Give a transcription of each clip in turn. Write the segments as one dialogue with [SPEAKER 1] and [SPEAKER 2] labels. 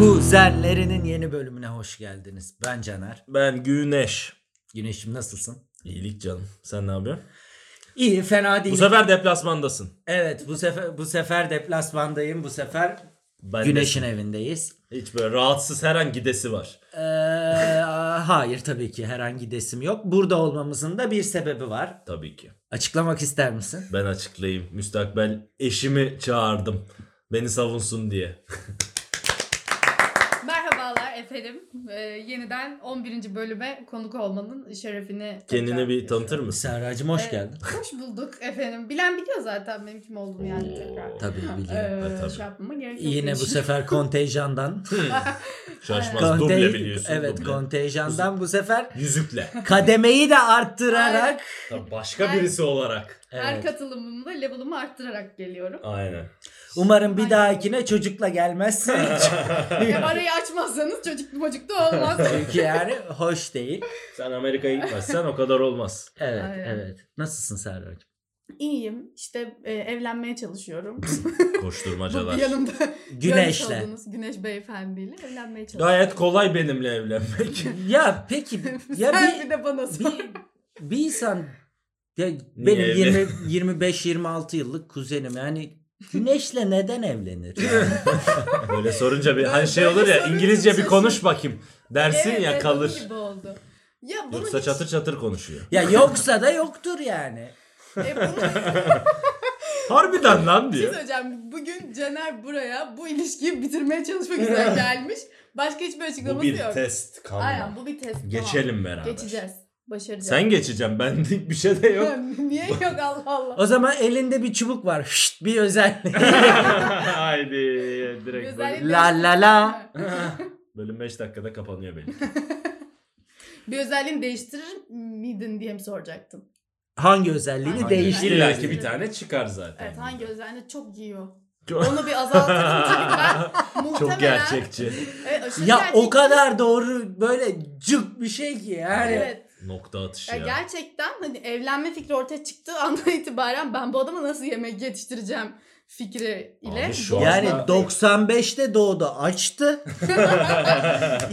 [SPEAKER 1] Güzellerinin yeni bölümüne hoş geldiniz. Ben Caner.
[SPEAKER 2] Ben Güneş.
[SPEAKER 1] Güneşim nasılsın?
[SPEAKER 2] İyilik canım. Sen ne yapıyorsun?
[SPEAKER 1] İyi, fena değil.
[SPEAKER 2] Bu sefer deplasmandasın.
[SPEAKER 1] Evet, bu sefer bu sefer deplasmandayım. Bu sefer
[SPEAKER 2] Ben de-
[SPEAKER 1] Güneş'in evindeyiz.
[SPEAKER 2] hiç böyle rahatsız her an gidesi var.
[SPEAKER 1] Ee, hayır tabii ki herhangi desim yok. Burada olmamızın da bir sebebi var.
[SPEAKER 2] Tabii ki.
[SPEAKER 1] Açıklamak ister misin?
[SPEAKER 2] Ben açıklayayım. Müstakbel eşimi çağırdım. Beni savunsun diye.
[SPEAKER 3] Merhabalar efendim. Ee, yeniden 11. bölüme konuk olmanın şerefini
[SPEAKER 2] Kendini
[SPEAKER 3] tekrar-
[SPEAKER 2] bir tanıtır mısın?
[SPEAKER 1] Serracığım hoş
[SPEAKER 3] Ee,
[SPEAKER 1] geldin.
[SPEAKER 3] Hoş bulduk efendim. Bilen biliyor zaten benim kim olduğumu yani
[SPEAKER 2] Oo.
[SPEAKER 3] tekrar.
[SPEAKER 1] Tabii biliyorum.
[SPEAKER 3] Ee,
[SPEAKER 2] Ha, tabii.
[SPEAKER 3] Şey yapmama gerek yok.
[SPEAKER 1] Yine bu
[SPEAKER 3] hiç.
[SPEAKER 1] sefer kontenjandan.
[SPEAKER 2] Şaşmaz. Duble
[SPEAKER 1] Kontej-
[SPEAKER 2] biliyorsun.
[SPEAKER 1] evet,
[SPEAKER 2] duble.
[SPEAKER 1] kontenjandan bu sefer
[SPEAKER 2] Yüzükle.
[SPEAKER 1] kademeyi de arttırarak
[SPEAKER 2] Tabii başka birisi olarak.
[SPEAKER 3] Her
[SPEAKER 1] Evet.
[SPEAKER 3] katılımımda level'ımı arttırarak geliyorum.
[SPEAKER 2] Aynen.
[SPEAKER 1] Umarım bir
[SPEAKER 3] Aynen.
[SPEAKER 1] dahakine çocukla gelmezsin.
[SPEAKER 3] Ya arayı açmazsanız çocuk çocuk da olmaz.
[SPEAKER 1] Çünkü yani hoş değil.
[SPEAKER 2] Sen Amerika'ya gitmezsen o kadar olmaz.
[SPEAKER 1] Evet,
[SPEAKER 3] Aynen.
[SPEAKER 1] evet. Nasılsın Serracığım?
[SPEAKER 3] İyiyim. İşte e, evlenmeye çalışıyorum. Bu
[SPEAKER 2] Koşturmacalar.
[SPEAKER 3] yanımda görmüş
[SPEAKER 1] Güneşle.
[SPEAKER 3] olduğunuz Güneş beyefendiyle evlenmeye çalışıyorum.
[SPEAKER 2] Gayet kolay benimle evlenmek.
[SPEAKER 1] Ya peki ya
[SPEAKER 3] Sen bir
[SPEAKER 1] bir,
[SPEAKER 3] de bana sor.
[SPEAKER 1] bir, bir insan ya
[SPEAKER 2] evlen-
[SPEAKER 1] benim 20 25 26 yıllık kuzenim yani Güneşle neden evlenir? Yani?
[SPEAKER 2] Böyle sorunca bir hani
[SPEAKER 3] Böyle
[SPEAKER 2] şey olur ya
[SPEAKER 3] sorunca
[SPEAKER 2] İngilizce bir
[SPEAKER 3] şaşır-
[SPEAKER 2] konuş bakayım dersin
[SPEAKER 3] Evet,
[SPEAKER 2] ya
[SPEAKER 3] evet,
[SPEAKER 2] kalır.
[SPEAKER 3] onun gibi oldu. Ya bunu
[SPEAKER 2] Yoksa
[SPEAKER 3] hiç-
[SPEAKER 2] çatır çatır konuşuyor.
[SPEAKER 1] ya yoksa da yoktur yani.
[SPEAKER 3] E, bunu-
[SPEAKER 2] Harbiden lan
[SPEAKER 3] bir şey
[SPEAKER 2] diyor.
[SPEAKER 3] söyleyeceğim. Bugün Caner buraya bu ilişkiyi bitirmeye çalışmak üzere gelmiş. Başka hiçbir açıklaması yok.
[SPEAKER 2] test kanka.
[SPEAKER 3] Aynen bu bir test. tamam.
[SPEAKER 2] Geçelim beraber.
[SPEAKER 3] Geçeceğiz. Başaracağız.
[SPEAKER 2] Sen geçeceğim bendik bir şey de yok.
[SPEAKER 3] Niye yok Allah Allah.
[SPEAKER 1] O zaman elinde bir çubuk var. Şşt, bir özellik.
[SPEAKER 2] Haydi direkt
[SPEAKER 3] Özellikle-
[SPEAKER 2] bölüm.
[SPEAKER 1] La la la.
[SPEAKER 2] Bölüm 5 dakikada kapanıyor benim.
[SPEAKER 3] Bir özelliğini değiştirir miydin diye mi soracaktım.
[SPEAKER 1] Hangi özelliğini
[SPEAKER 3] Hangi
[SPEAKER 1] değiştirir?
[SPEAKER 2] İlla ki bir tane çıkar zaten.
[SPEAKER 3] Evet hangi özelliğini çok giyiyor.
[SPEAKER 2] Çok-
[SPEAKER 3] Onu bir azaltırım çünkü ben muhtemelen...
[SPEAKER 2] Çok gerçekçi.
[SPEAKER 3] Evet, aşırı
[SPEAKER 1] Ya
[SPEAKER 3] gerçekçi.
[SPEAKER 1] o kadar doğru böyle cık bir şey ki yani.
[SPEAKER 3] Evet.
[SPEAKER 2] Nokta atışı
[SPEAKER 3] Ya
[SPEAKER 2] ya.
[SPEAKER 3] gerçekten hani evlenme fikri ortaya çıktığı andan itibaren ben bu adama nasıl yemek yetiştireceğim fikri ile
[SPEAKER 2] Abi şu an-
[SPEAKER 1] Yani
[SPEAKER 2] Aslında-
[SPEAKER 1] 95'te doğdu açtı.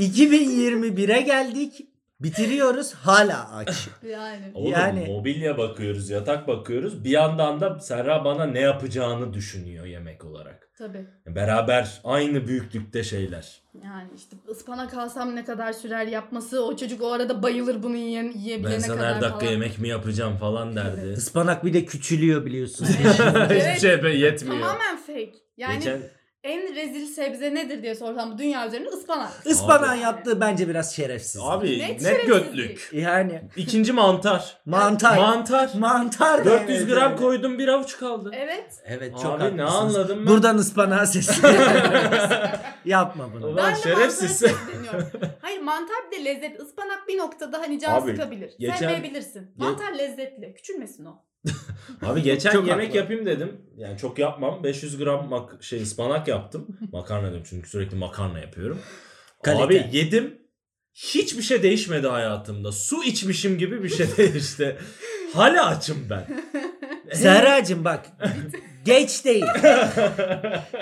[SPEAKER 1] 2021'e geldik. Bitiriyoruz hala aç.
[SPEAKER 3] yani
[SPEAKER 2] Oğlum
[SPEAKER 1] Yani-
[SPEAKER 2] mobilya bakıyoruz, yatak bakıyoruz. Bir yandan da Serra bana ne yapacağını düşünüyor yemek olarak.
[SPEAKER 3] tabii
[SPEAKER 2] Beraber aynı büyüklükte şeyler.
[SPEAKER 3] yani işte ıspanak alsam ne kadar sürer yapması o çocuk o arada bayılır bunu yiyen, yiyebilene
[SPEAKER 2] Ben sana
[SPEAKER 3] kadar
[SPEAKER 2] her dakika
[SPEAKER 3] falan.
[SPEAKER 2] yemek mi yapacağım falan derdi.
[SPEAKER 1] Ispanak bir de küçülüyor biliyorsun.
[SPEAKER 2] Hiçbir şey be- yetmiyor.
[SPEAKER 3] Tamamen fake. Yani
[SPEAKER 2] Geçen
[SPEAKER 3] en rezil sebze nedir diye sorsam bu dünya üzerinde ıspanak.
[SPEAKER 1] Ispanağın
[SPEAKER 3] Abi.
[SPEAKER 1] yaptığı bence biraz şerefsiz.
[SPEAKER 2] Abi
[SPEAKER 3] Net
[SPEAKER 2] net,
[SPEAKER 3] şerefsizlik.
[SPEAKER 2] götlük.
[SPEAKER 1] Yani
[SPEAKER 2] İkinci mantar.
[SPEAKER 1] mantar.
[SPEAKER 2] Mantar.
[SPEAKER 1] mantar. da
[SPEAKER 2] 400
[SPEAKER 1] evet,
[SPEAKER 2] gram
[SPEAKER 1] evet.
[SPEAKER 2] koydum bir avuç kaldı.
[SPEAKER 3] Evet.
[SPEAKER 1] Evet çok
[SPEAKER 2] Abi ne
[SPEAKER 1] haklısınız.
[SPEAKER 2] anladım ben?
[SPEAKER 1] Buradan ıspanağa sesleniyorum. Yapma bunu.
[SPEAKER 2] Ulan
[SPEAKER 3] Ben de
[SPEAKER 2] şerefsiz.
[SPEAKER 3] mantara sesleniyorum. Hayır mantar bir de lezzet. Ispanak bir noktada hani can
[SPEAKER 2] Abi,
[SPEAKER 3] sıkabilir.
[SPEAKER 2] geçen-
[SPEAKER 3] Sevmeyebilirsin. Mantar lezzetli. Küçülmesin o.
[SPEAKER 2] Abi geçen
[SPEAKER 1] Çok
[SPEAKER 2] yemek
[SPEAKER 1] haklı.
[SPEAKER 2] yapayım dedim. Yani çok yapmam. 500 gram mak şey ıspanak yaptım. makarna dedim çünkü sürekli makarna yapıyorum.
[SPEAKER 1] Kalite.
[SPEAKER 2] Abi yedim. Hiçbir şey değişmedi hayatımda. Su içmişim gibi bir şey değişti. Hala açım ben.
[SPEAKER 1] Zehracığım bak. geç değil.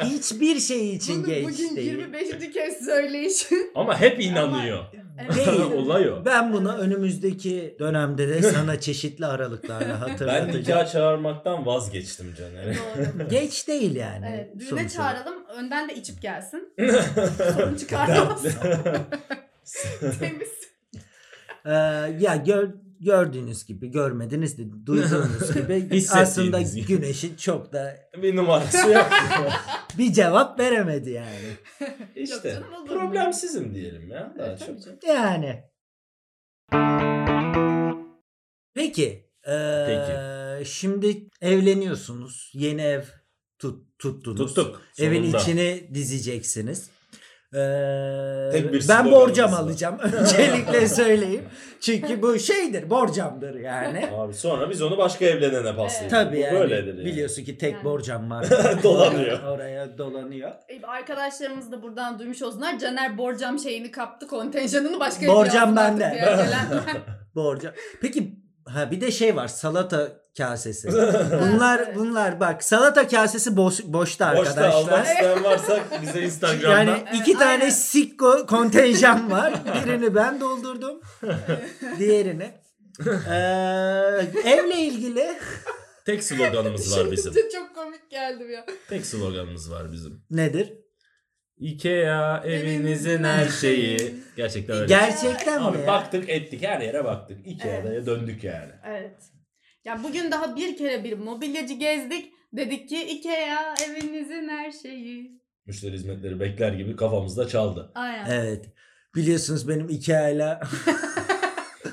[SPEAKER 1] Hiçbir şey için
[SPEAKER 3] Bunu
[SPEAKER 1] geç
[SPEAKER 3] bugün
[SPEAKER 1] değil.
[SPEAKER 3] 25. kez söyleyiş.
[SPEAKER 2] Ama hep inanıyor.
[SPEAKER 1] Değil.
[SPEAKER 2] Olay o.
[SPEAKER 1] Ben bunu önümüzdeki dönemde de sana çeşitli aralıklarla
[SPEAKER 2] Ben
[SPEAKER 1] hatırlatacağım.
[SPEAKER 2] nikah çağırmaktan vazgeçtim Caner'e.
[SPEAKER 3] Doğru.
[SPEAKER 1] Geç değil yani.
[SPEAKER 3] Evet, düğüne
[SPEAKER 1] sonuç olarak.
[SPEAKER 3] çağıralım. Önden de içip gelsin. Sorun çıkarmaz. Temiz.
[SPEAKER 1] Ee, ya gör, gördüğünüz gibi, görmediniz de duyduğunuz gibi
[SPEAKER 2] Hissettiğiniz
[SPEAKER 1] aslında
[SPEAKER 2] gibi.
[SPEAKER 1] güneşin çok da
[SPEAKER 2] bir numarası yok.
[SPEAKER 1] bir cevap veremedi yani.
[SPEAKER 2] işte
[SPEAKER 3] Yok canım, olur mu?
[SPEAKER 2] problemsizim diyelim ya daha
[SPEAKER 3] Evet,
[SPEAKER 2] çok.
[SPEAKER 3] tabii canım.
[SPEAKER 1] Yani. Peki. ee, Şimdi evleniyorsunuz. Yeni ev tut, tuttunuz.
[SPEAKER 2] Tuttuk.
[SPEAKER 1] Evin
[SPEAKER 2] sonunda.
[SPEAKER 1] içini dizeceksiniz. Ee,
[SPEAKER 2] Tek bir
[SPEAKER 1] ben
[SPEAKER 2] sloganımız
[SPEAKER 1] borcam
[SPEAKER 2] var.
[SPEAKER 1] alacağım. Öncelikle söyleyeyim. Çünkü bu şeydir, borcamdır yani.
[SPEAKER 2] Abi sonra biz onu başka evlenene paslayalım.
[SPEAKER 1] Tabii
[SPEAKER 2] Bu
[SPEAKER 1] yani.
[SPEAKER 2] böyledir yani.
[SPEAKER 1] Biliyorsun ki tek
[SPEAKER 3] Yani.
[SPEAKER 1] borcam var.
[SPEAKER 2] Dolanıyor.
[SPEAKER 1] Oraya dolanıyor.
[SPEAKER 3] E, Arkadaşlarımız da buradan duymuş olsunlar. Caner borcam şeyini kaptı. Kontenjanını başka bir
[SPEAKER 1] Borcam
[SPEAKER 3] yere yazdı
[SPEAKER 1] bende.
[SPEAKER 3] artık diğer gelen.
[SPEAKER 1] Borcam. Peki ha bir de şey var. Salata kasesi.
[SPEAKER 3] Evet.
[SPEAKER 1] bunlar bunlar bak salata kasesi boş, boşta
[SPEAKER 2] Boşta almak
[SPEAKER 1] arkadaşlar.
[SPEAKER 2] isteyen varsa bize Instagram'dan.
[SPEAKER 1] Yani iki
[SPEAKER 3] Evet,
[SPEAKER 1] tane
[SPEAKER 3] aynen.
[SPEAKER 1] sikko kontenjan var. Birini ben doldurdum. diğerini. Ee, evle ilgili
[SPEAKER 2] Tek sloganımız var bizim.
[SPEAKER 3] Şimdi çok komik geldi ya.
[SPEAKER 2] Tek sloganımız var bizim.
[SPEAKER 1] nedir?
[SPEAKER 2] Ikea evinizin her şeyi. Gerçekten öyle.
[SPEAKER 1] Gerçekten mi?
[SPEAKER 2] Abi
[SPEAKER 1] ya?
[SPEAKER 2] baktık ettik her yere baktık. Ikea'ya döndük yani.
[SPEAKER 3] Evet. Ya bugün daha bir kere bir mobilyacı gezdik. Dedik ki Ikea evinizin her şeyi.
[SPEAKER 2] Müşteri hizmetleri bekler gibi kafamızda çaldı.
[SPEAKER 3] Aynen.
[SPEAKER 1] Evet. Biliyorsunuz benim Ikea ile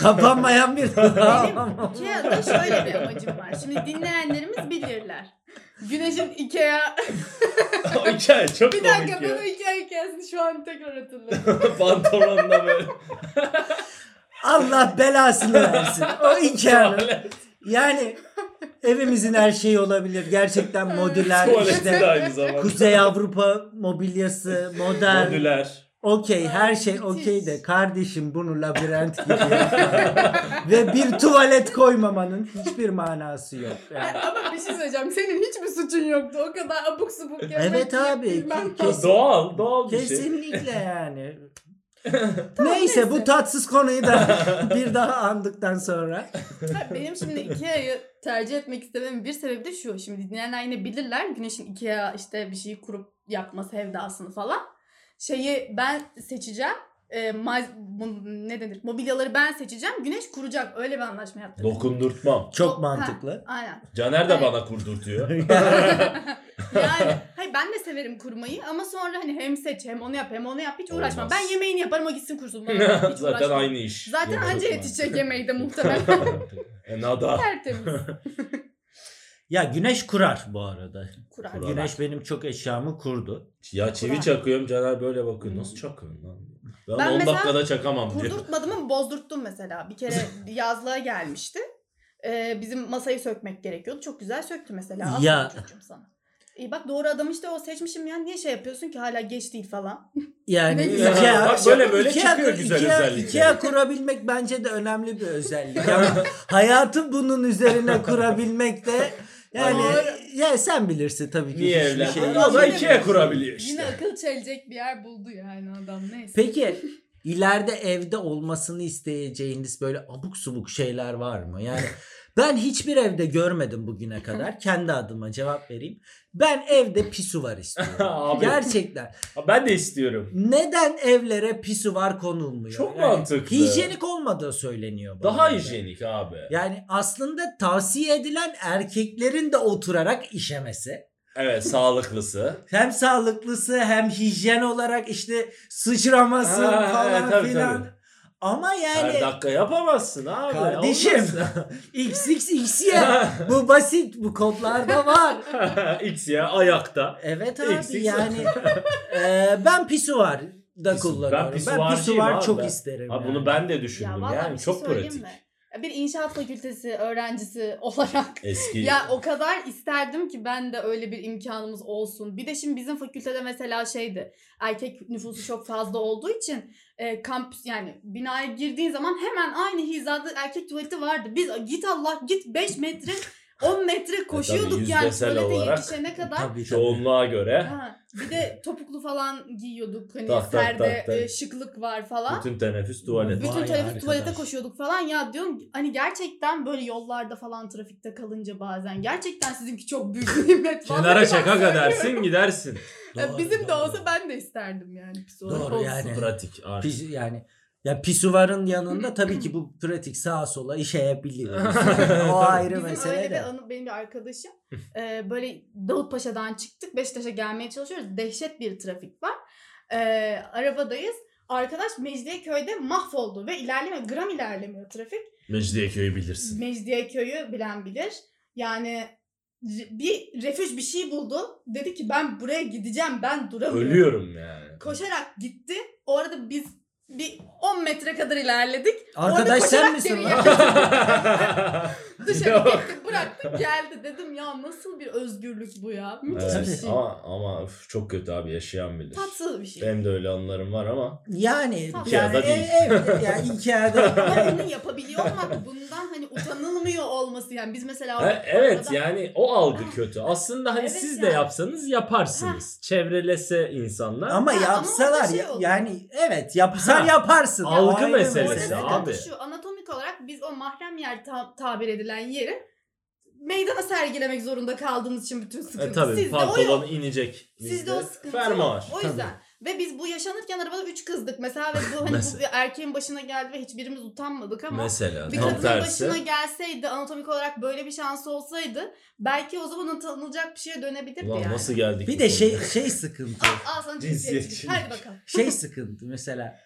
[SPEAKER 1] kapanmayan bir
[SPEAKER 3] Benim Ikea'da şöyle bir amacım var. Şimdi dinleyenlerimiz bilirler. Güneş'in Ikea...
[SPEAKER 2] o Ikea çok
[SPEAKER 3] Bir
[SPEAKER 2] komik
[SPEAKER 3] dakika
[SPEAKER 2] ya.
[SPEAKER 3] ben o Ikea hikayesini şu an tekrar hatırladım.
[SPEAKER 2] Pantolonla böyle.
[SPEAKER 1] Allah belasını versin. O Ikea'nın. Yani evimizin her şeyi olabilir. Gerçekten modüler
[SPEAKER 2] Tuvaleti de
[SPEAKER 1] işte.
[SPEAKER 2] aynı zamanda.
[SPEAKER 1] Kuzey Avrupa mobilyası, modern,
[SPEAKER 2] Modüler.
[SPEAKER 1] okey her şey
[SPEAKER 3] Müthiş.
[SPEAKER 1] okey de kardeşim bunu labirent gibi yapma. Ve bir tuvalet koymamanın hiçbir manası yok. Yani.
[SPEAKER 3] Ama bir şey söyleyeceğim. Senin hiç mi suçun yoktu? O kadar abuk subuk yemek
[SPEAKER 1] Evet
[SPEAKER 3] yiyip
[SPEAKER 1] abi,
[SPEAKER 3] bilmem
[SPEAKER 1] ki-
[SPEAKER 3] ne.
[SPEAKER 1] Kesin-
[SPEAKER 2] Doğal, doğal bir şey.
[SPEAKER 1] Kesinlikle yani. neyse bu tatsız konuyu da bir daha andıktan sonra.
[SPEAKER 3] Ha, Benim şimdi Ikea'yı tercih etmek istememin bir sebebi de şu. Şimdi dinleyenler yine bilirler. Güneş'in Ikea işte bir şeyi kurup yapma sevdasını falan. Şeyi ben seçeceğim. E, ma- bu- ne denir? Mobilyaları ben seçeceğim. Güneş kuracak. Öyle bir anlaşma yaptık.
[SPEAKER 2] Dokundurtmam.
[SPEAKER 1] Çok
[SPEAKER 3] Ha,
[SPEAKER 1] mantıklı.
[SPEAKER 3] Aynen.
[SPEAKER 2] Caner de
[SPEAKER 3] Evet.
[SPEAKER 2] bana kurdurtuyor.
[SPEAKER 3] Yani hayır ben de severim kurmayı ama sonra hani hem seç hem onu yap hem onu yap hiç uğraşma.
[SPEAKER 2] Olmaz.
[SPEAKER 3] Ben yemeğini yaparım o gitsin kursun. Bana hiç
[SPEAKER 2] Zaten
[SPEAKER 3] uğraşma.
[SPEAKER 2] aynı şey iş.
[SPEAKER 3] Zaten
[SPEAKER 2] Dokundurtmam.
[SPEAKER 3] anca yetişecek yemeği de muhtemelen.
[SPEAKER 2] e, nada.
[SPEAKER 3] Tertemiz.
[SPEAKER 1] Ya güneş kurar bu arada.
[SPEAKER 3] Kurar.
[SPEAKER 2] Kurar.
[SPEAKER 1] Güneş benim çok eşyamı kurdu.
[SPEAKER 2] Ya çivi
[SPEAKER 3] Kurar.
[SPEAKER 2] çakıyorum Caner böyle bakıyor. Nasıl çakıyorsun lan? Ben,
[SPEAKER 3] Ben
[SPEAKER 2] 10
[SPEAKER 3] mesela
[SPEAKER 2] dakikada çakamam diyor.
[SPEAKER 3] Kurdurtmadım ama bozdurttum mesela. Bir kere yazlığa gelmişti. Ee, bizim masayı sökmek gerekiyordu. Çok güzel söktü mesela. Aferin
[SPEAKER 1] Ya.
[SPEAKER 3] çocuğum sana. İyi bak doğru adam işte o seçmişim ya. Niye şey yapıyorsun ki hala geç değil falan.
[SPEAKER 1] Yani
[SPEAKER 3] Ne güzel.
[SPEAKER 1] Ikea,
[SPEAKER 2] Bak böyle böyle
[SPEAKER 1] Ikea-
[SPEAKER 2] çıkıyor güzel
[SPEAKER 1] Ikea-
[SPEAKER 2] özellikleri.
[SPEAKER 1] Ikea kurabilmek bence de önemli bir özellik. Ama hayatı bunun üzerine kurabilmek de yani
[SPEAKER 3] Doğru.
[SPEAKER 1] ya sen bilirsin tabii ki.
[SPEAKER 2] Niye
[SPEAKER 1] hiçbir
[SPEAKER 2] evlen?
[SPEAKER 1] şey-
[SPEAKER 2] Ama
[SPEAKER 3] Yine-
[SPEAKER 2] Ikea kurabiliyor işte.
[SPEAKER 3] Yine akıl çelecek bir yer buldu yani adam neyse.
[SPEAKER 1] Peki ileride evde olmasını isteyeceğiniz böyle abuk subuk şeyler var mı? Yani ben hiçbir evde görmedim bugüne kadar. Kendi adıma cevap vereyim. Ben evde pisuvar istiyorum.
[SPEAKER 2] Abi.
[SPEAKER 1] Gerçekten.
[SPEAKER 2] Ha, Ben de istiyorum.
[SPEAKER 1] Neden evlere pisuvar konulmuyor?
[SPEAKER 2] Çok
[SPEAKER 1] Yani
[SPEAKER 2] mantıklı.
[SPEAKER 1] Hijyenik olmadığı söyleniyor. bana.
[SPEAKER 2] Daha hijyenik abi.
[SPEAKER 1] Yani aslında tavsiye edilen erkeklerin de oturarak işemesi.
[SPEAKER 2] Evet sağlıklısı.
[SPEAKER 1] Hem sağlıklısı hem hijyen olarak işte sıçraması
[SPEAKER 2] Ha,
[SPEAKER 1] falan
[SPEAKER 2] evet, tabii,
[SPEAKER 1] filan.
[SPEAKER 2] tabii.
[SPEAKER 1] Ama
[SPEAKER 2] Her
[SPEAKER 1] yani
[SPEAKER 2] dakika yapamazsın abi.
[SPEAKER 1] kardeşim XXXY bu basit bu kodlarda var.
[SPEAKER 2] Olmaz. X ya ayakta.
[SPEAKER 1] Evet abi
[SPEAKER 2] X, X.
[SPEAKER 1] yani e, ben pisuvar da
[SPEAKER 2] Pisu-
[SPEAKER 1] kullanıyorum.
[SPEAKER 2] ben
[SPEAKER 1] Ben pisuvar,
[SPEAKER 2] pisuvarcıyım abi
[SPEAKER 1] çok
[SPEAKER 2] ben.
[SPEAKER 1] isterim.
[SPEAKER 2] Abi
[SPEAKER 1] yani.
[SPEAKER 2] bunu ben de
[SPEAKER 3] ya
[SPEAKER 2] düşündüm
[SPEAKER 3] vallahi
[SPEAKER 2] yani
[SPEAKER 3] bir şey
[SPEAKER 2] çok
[SPEAKER 3] söyleyeyim
[SPEAKER 2] pratik.
[SPEAKER 3] mi? Ya Bir inşaat fakültesi öğrencisi olarak
[SPEAKER 2] Eski.
[SPEAKER 3] Ya o kadar isterdim ki ben de öyle bir imkanımız olsun. Bir de şimdi bizim fakültede mesela şeydi. Erkek nüfusu çok fazla olduğu için e, kampüs yani binaya girdiğin zaman hemen aynı hizada erkek tuvaleti vardı. Biz git Allah git 5 metre 10
[SPEAKER 2] E,
[SPEAKER 3] metre koşuyorduk yani
[SPEAKER 2] yüzdesel
[SPEAKER 3] tuvalete
[SPEAKER 2] olarak.
[SPEAKER 3] yetişene kadar.
[SPEAKER 1] Tabii, tabii.
[SPEAKER 2] Çoğunluğa göre
[SPEAKER 3] Ha, bir de topuklu falan giyiyorduk. Hani
[SPEAKER 2] Tak, tak,
[SPEAKER 3] serde
[SPEAKER 2] tak, tak.
[SPEAKER 3] e, şıklık var falan.
[SPEAKER 2] bütün teneffüs tuvalet.
[SPEAKER 1] Vay
[SPEAKER 3] Bütün
[SPEAKER 1] arkadaş.
[SPEAKER 3] tarafı tuvalete koşuyorduk falan ya diyorum hani gerçekten böyle yollarda falan trafikte kalınca bazen gerçekten sizinki çok büyük bir nimet. Vallahi
[SPEAKER 2] Kenara
[SPEAKER 3] bak
[SPEAKER 2] çaka
[SPEAKER 3] söylüyorum.
[SPEAKER 2] kadersin gidersin.
[SPEAKER 3] Ya
[SPEAKER 1] Doğru,
[SPEAKER 3] e, Bizim de
[SPEAKER 1] doğru.
[SPEAKER 3] olsa ben de isterdim yani. Pis olarak
[SPEAKER 1] Doğru
[SPEAKER 3] olsun.
[SPEAKER 1] yani.
[SPEAKER 2] Pratik artık.
[SPEAKER 1] Pis- yani ya pisuvarın yanında tabii ki bu pratik sağa sola işeyebiliyor. o ayrı
[SPEAKER 3] Bizim
[SPEAKER 1] mesele
[SPEAKER 3] öyle
[SPEAKER 1] de.
[SPEAKER 3] bir anı benim bir arkadaşım e, böyle Davutpaşa'dan çıktık Beşiktaş'a gelmeye çalışıyoruz. Dehşet bir trafik var. E, arabadayız. Arkadaş Mecidiyeköy'de mahvoldu ve ilerlemiyor. Gram ilerlemiyor trafik.
[SPEAKER 2] Mecidiyeköy'ü bilirsin.
[SPEAKER 3] Mecidiyeköy'ü bilen bilir. Yani re- bir refüj bir şey buldu. Dedi ki ben buraya gideceğim ben duramıyorum.
[SPEAKER 2] Ölüyorum yani.
[SPEAKER 3] Koşarak gitti. O arada biz bir 10 metre kadar ilerledik.
[SPEAKER 1] Arkadaş
[SPEAKER 3] Orada
[SPEAKER 1] sen
[SPEAKER 3] koşarak
[SPEAKER 1] misin
[SPEAKER 3] geri
[SPEAKER 1] lan?
[SPEAKER 3] geldik. Dışarı gittik bıraktık. geldi dedim ya nasıl bir özgürlük bu ya. Müthiş
[SPEAKER 1] Evet.
[SPEAKER 3] bir
[SPEAKER 1] Tabii.
[SPEAKER 3] şey.
[SPEAKER 2] Ama, ama öf, çok kötü abi yaşayan bilir.
[SPEAKER 3] Tatsız bir şey.
[SPEAKER 2] Benim de öyle anılarım var ama.
[SPEAKER 1] Yani
[SPEAKER 3] Tamam.
[SPEAKER 1] yani
[SPEAKER 2] Ikea'da değil.
[SPEAKER 1] ev, ev, yani Ikea'da.
[SPEAKER 3] Ama bunu yapabiliyor olmak bundan hani utanılmıyor olması yani biz mesela
[SPEAKER 2] E, evet
[SPEAKER 3] Orada-
[SPEAKER 2] yani o algı kötü. Aslında hani
[SPEAKER 3] Evet
[SPEAKER 2] siz de
[SPEAKER 3] yani.
[SPEAKER 2] yapsanız yaparsınız. Çevrelese insanlar.
[SPEAKER 1] ama
[SPEAKER 3] Ha, ama
[SPEAKER 1] yapsalar
[SPEAKER 3] orada şey
[SPEAKER 1] ya-
[SPEAKER 3] oluyor.
[SPEAKER 1] yani evet yapsan
[SPEAKER 2] Ha.
[SPEAKER 1] yaparsın.
[SPEAKER 2] Algı
[SPEAKER 1] Ayrı
[SPEAKER 2] meselesi
[SPEAKER 3] Orada
[SPEAKER 2] Mesela
[SPEAKER 3] sıkıntı
[SPEAKER 2] abi.
[SPEAKER 3] şu anatomik olarak biz o mahrem yer ta- tabir edilen yeri meydana sergilemek zorunda kaldığımız için bütün sıkıntı.
[SPEAKER 2] E tabii
[SPEAKER 3] Sizde o yok.
[SPEAKER 2] pantolon inecek.
[SPEAKER 3] Sizde o sıkıntı yok.
[SPEAKER 2] Fermuar.
[SPEAKER 3] O yüzden. Ve biz bu yaşanırken arabada üç kızdık. Mesela ve bu hani bu
[SPEAKER 2] Mesela.
[SPEAKER 3] bir erkeğin başına geldi ve hiçbirimiz utanmadık ama
[SPEAKER 2] Mesela
[SPEAKER 3] bir
[SPEAKER 2] tam
[SPEAKER 3] kadının
[SPEAKER 2] tersi.
[SPEAKER 3] başına gelseydi anatomik olarak böyle bir şansı olsaydı belki o zaman utanılacak bir şeye dönebilirdi
[SPEAKER 2] Ulan
[SPEAKER 3] yani.
[SPEAKER 2] nasıl geldik?
[SPEAKER 1] Bir
[SPEAKER 2] bu
[SPEAKER 1] de şey
[SPEAKER 2] konuya?
[SPEAKER 1] şey sıkıntı.
[SPEAKER 3] Al, al sana cinsiyetçilik.
[SPEAKER 2] Cinsiyetçilik.
[SPEAKER 3] Hadi bakalım.
[SPEAKER 1] şey sıkıntı mesela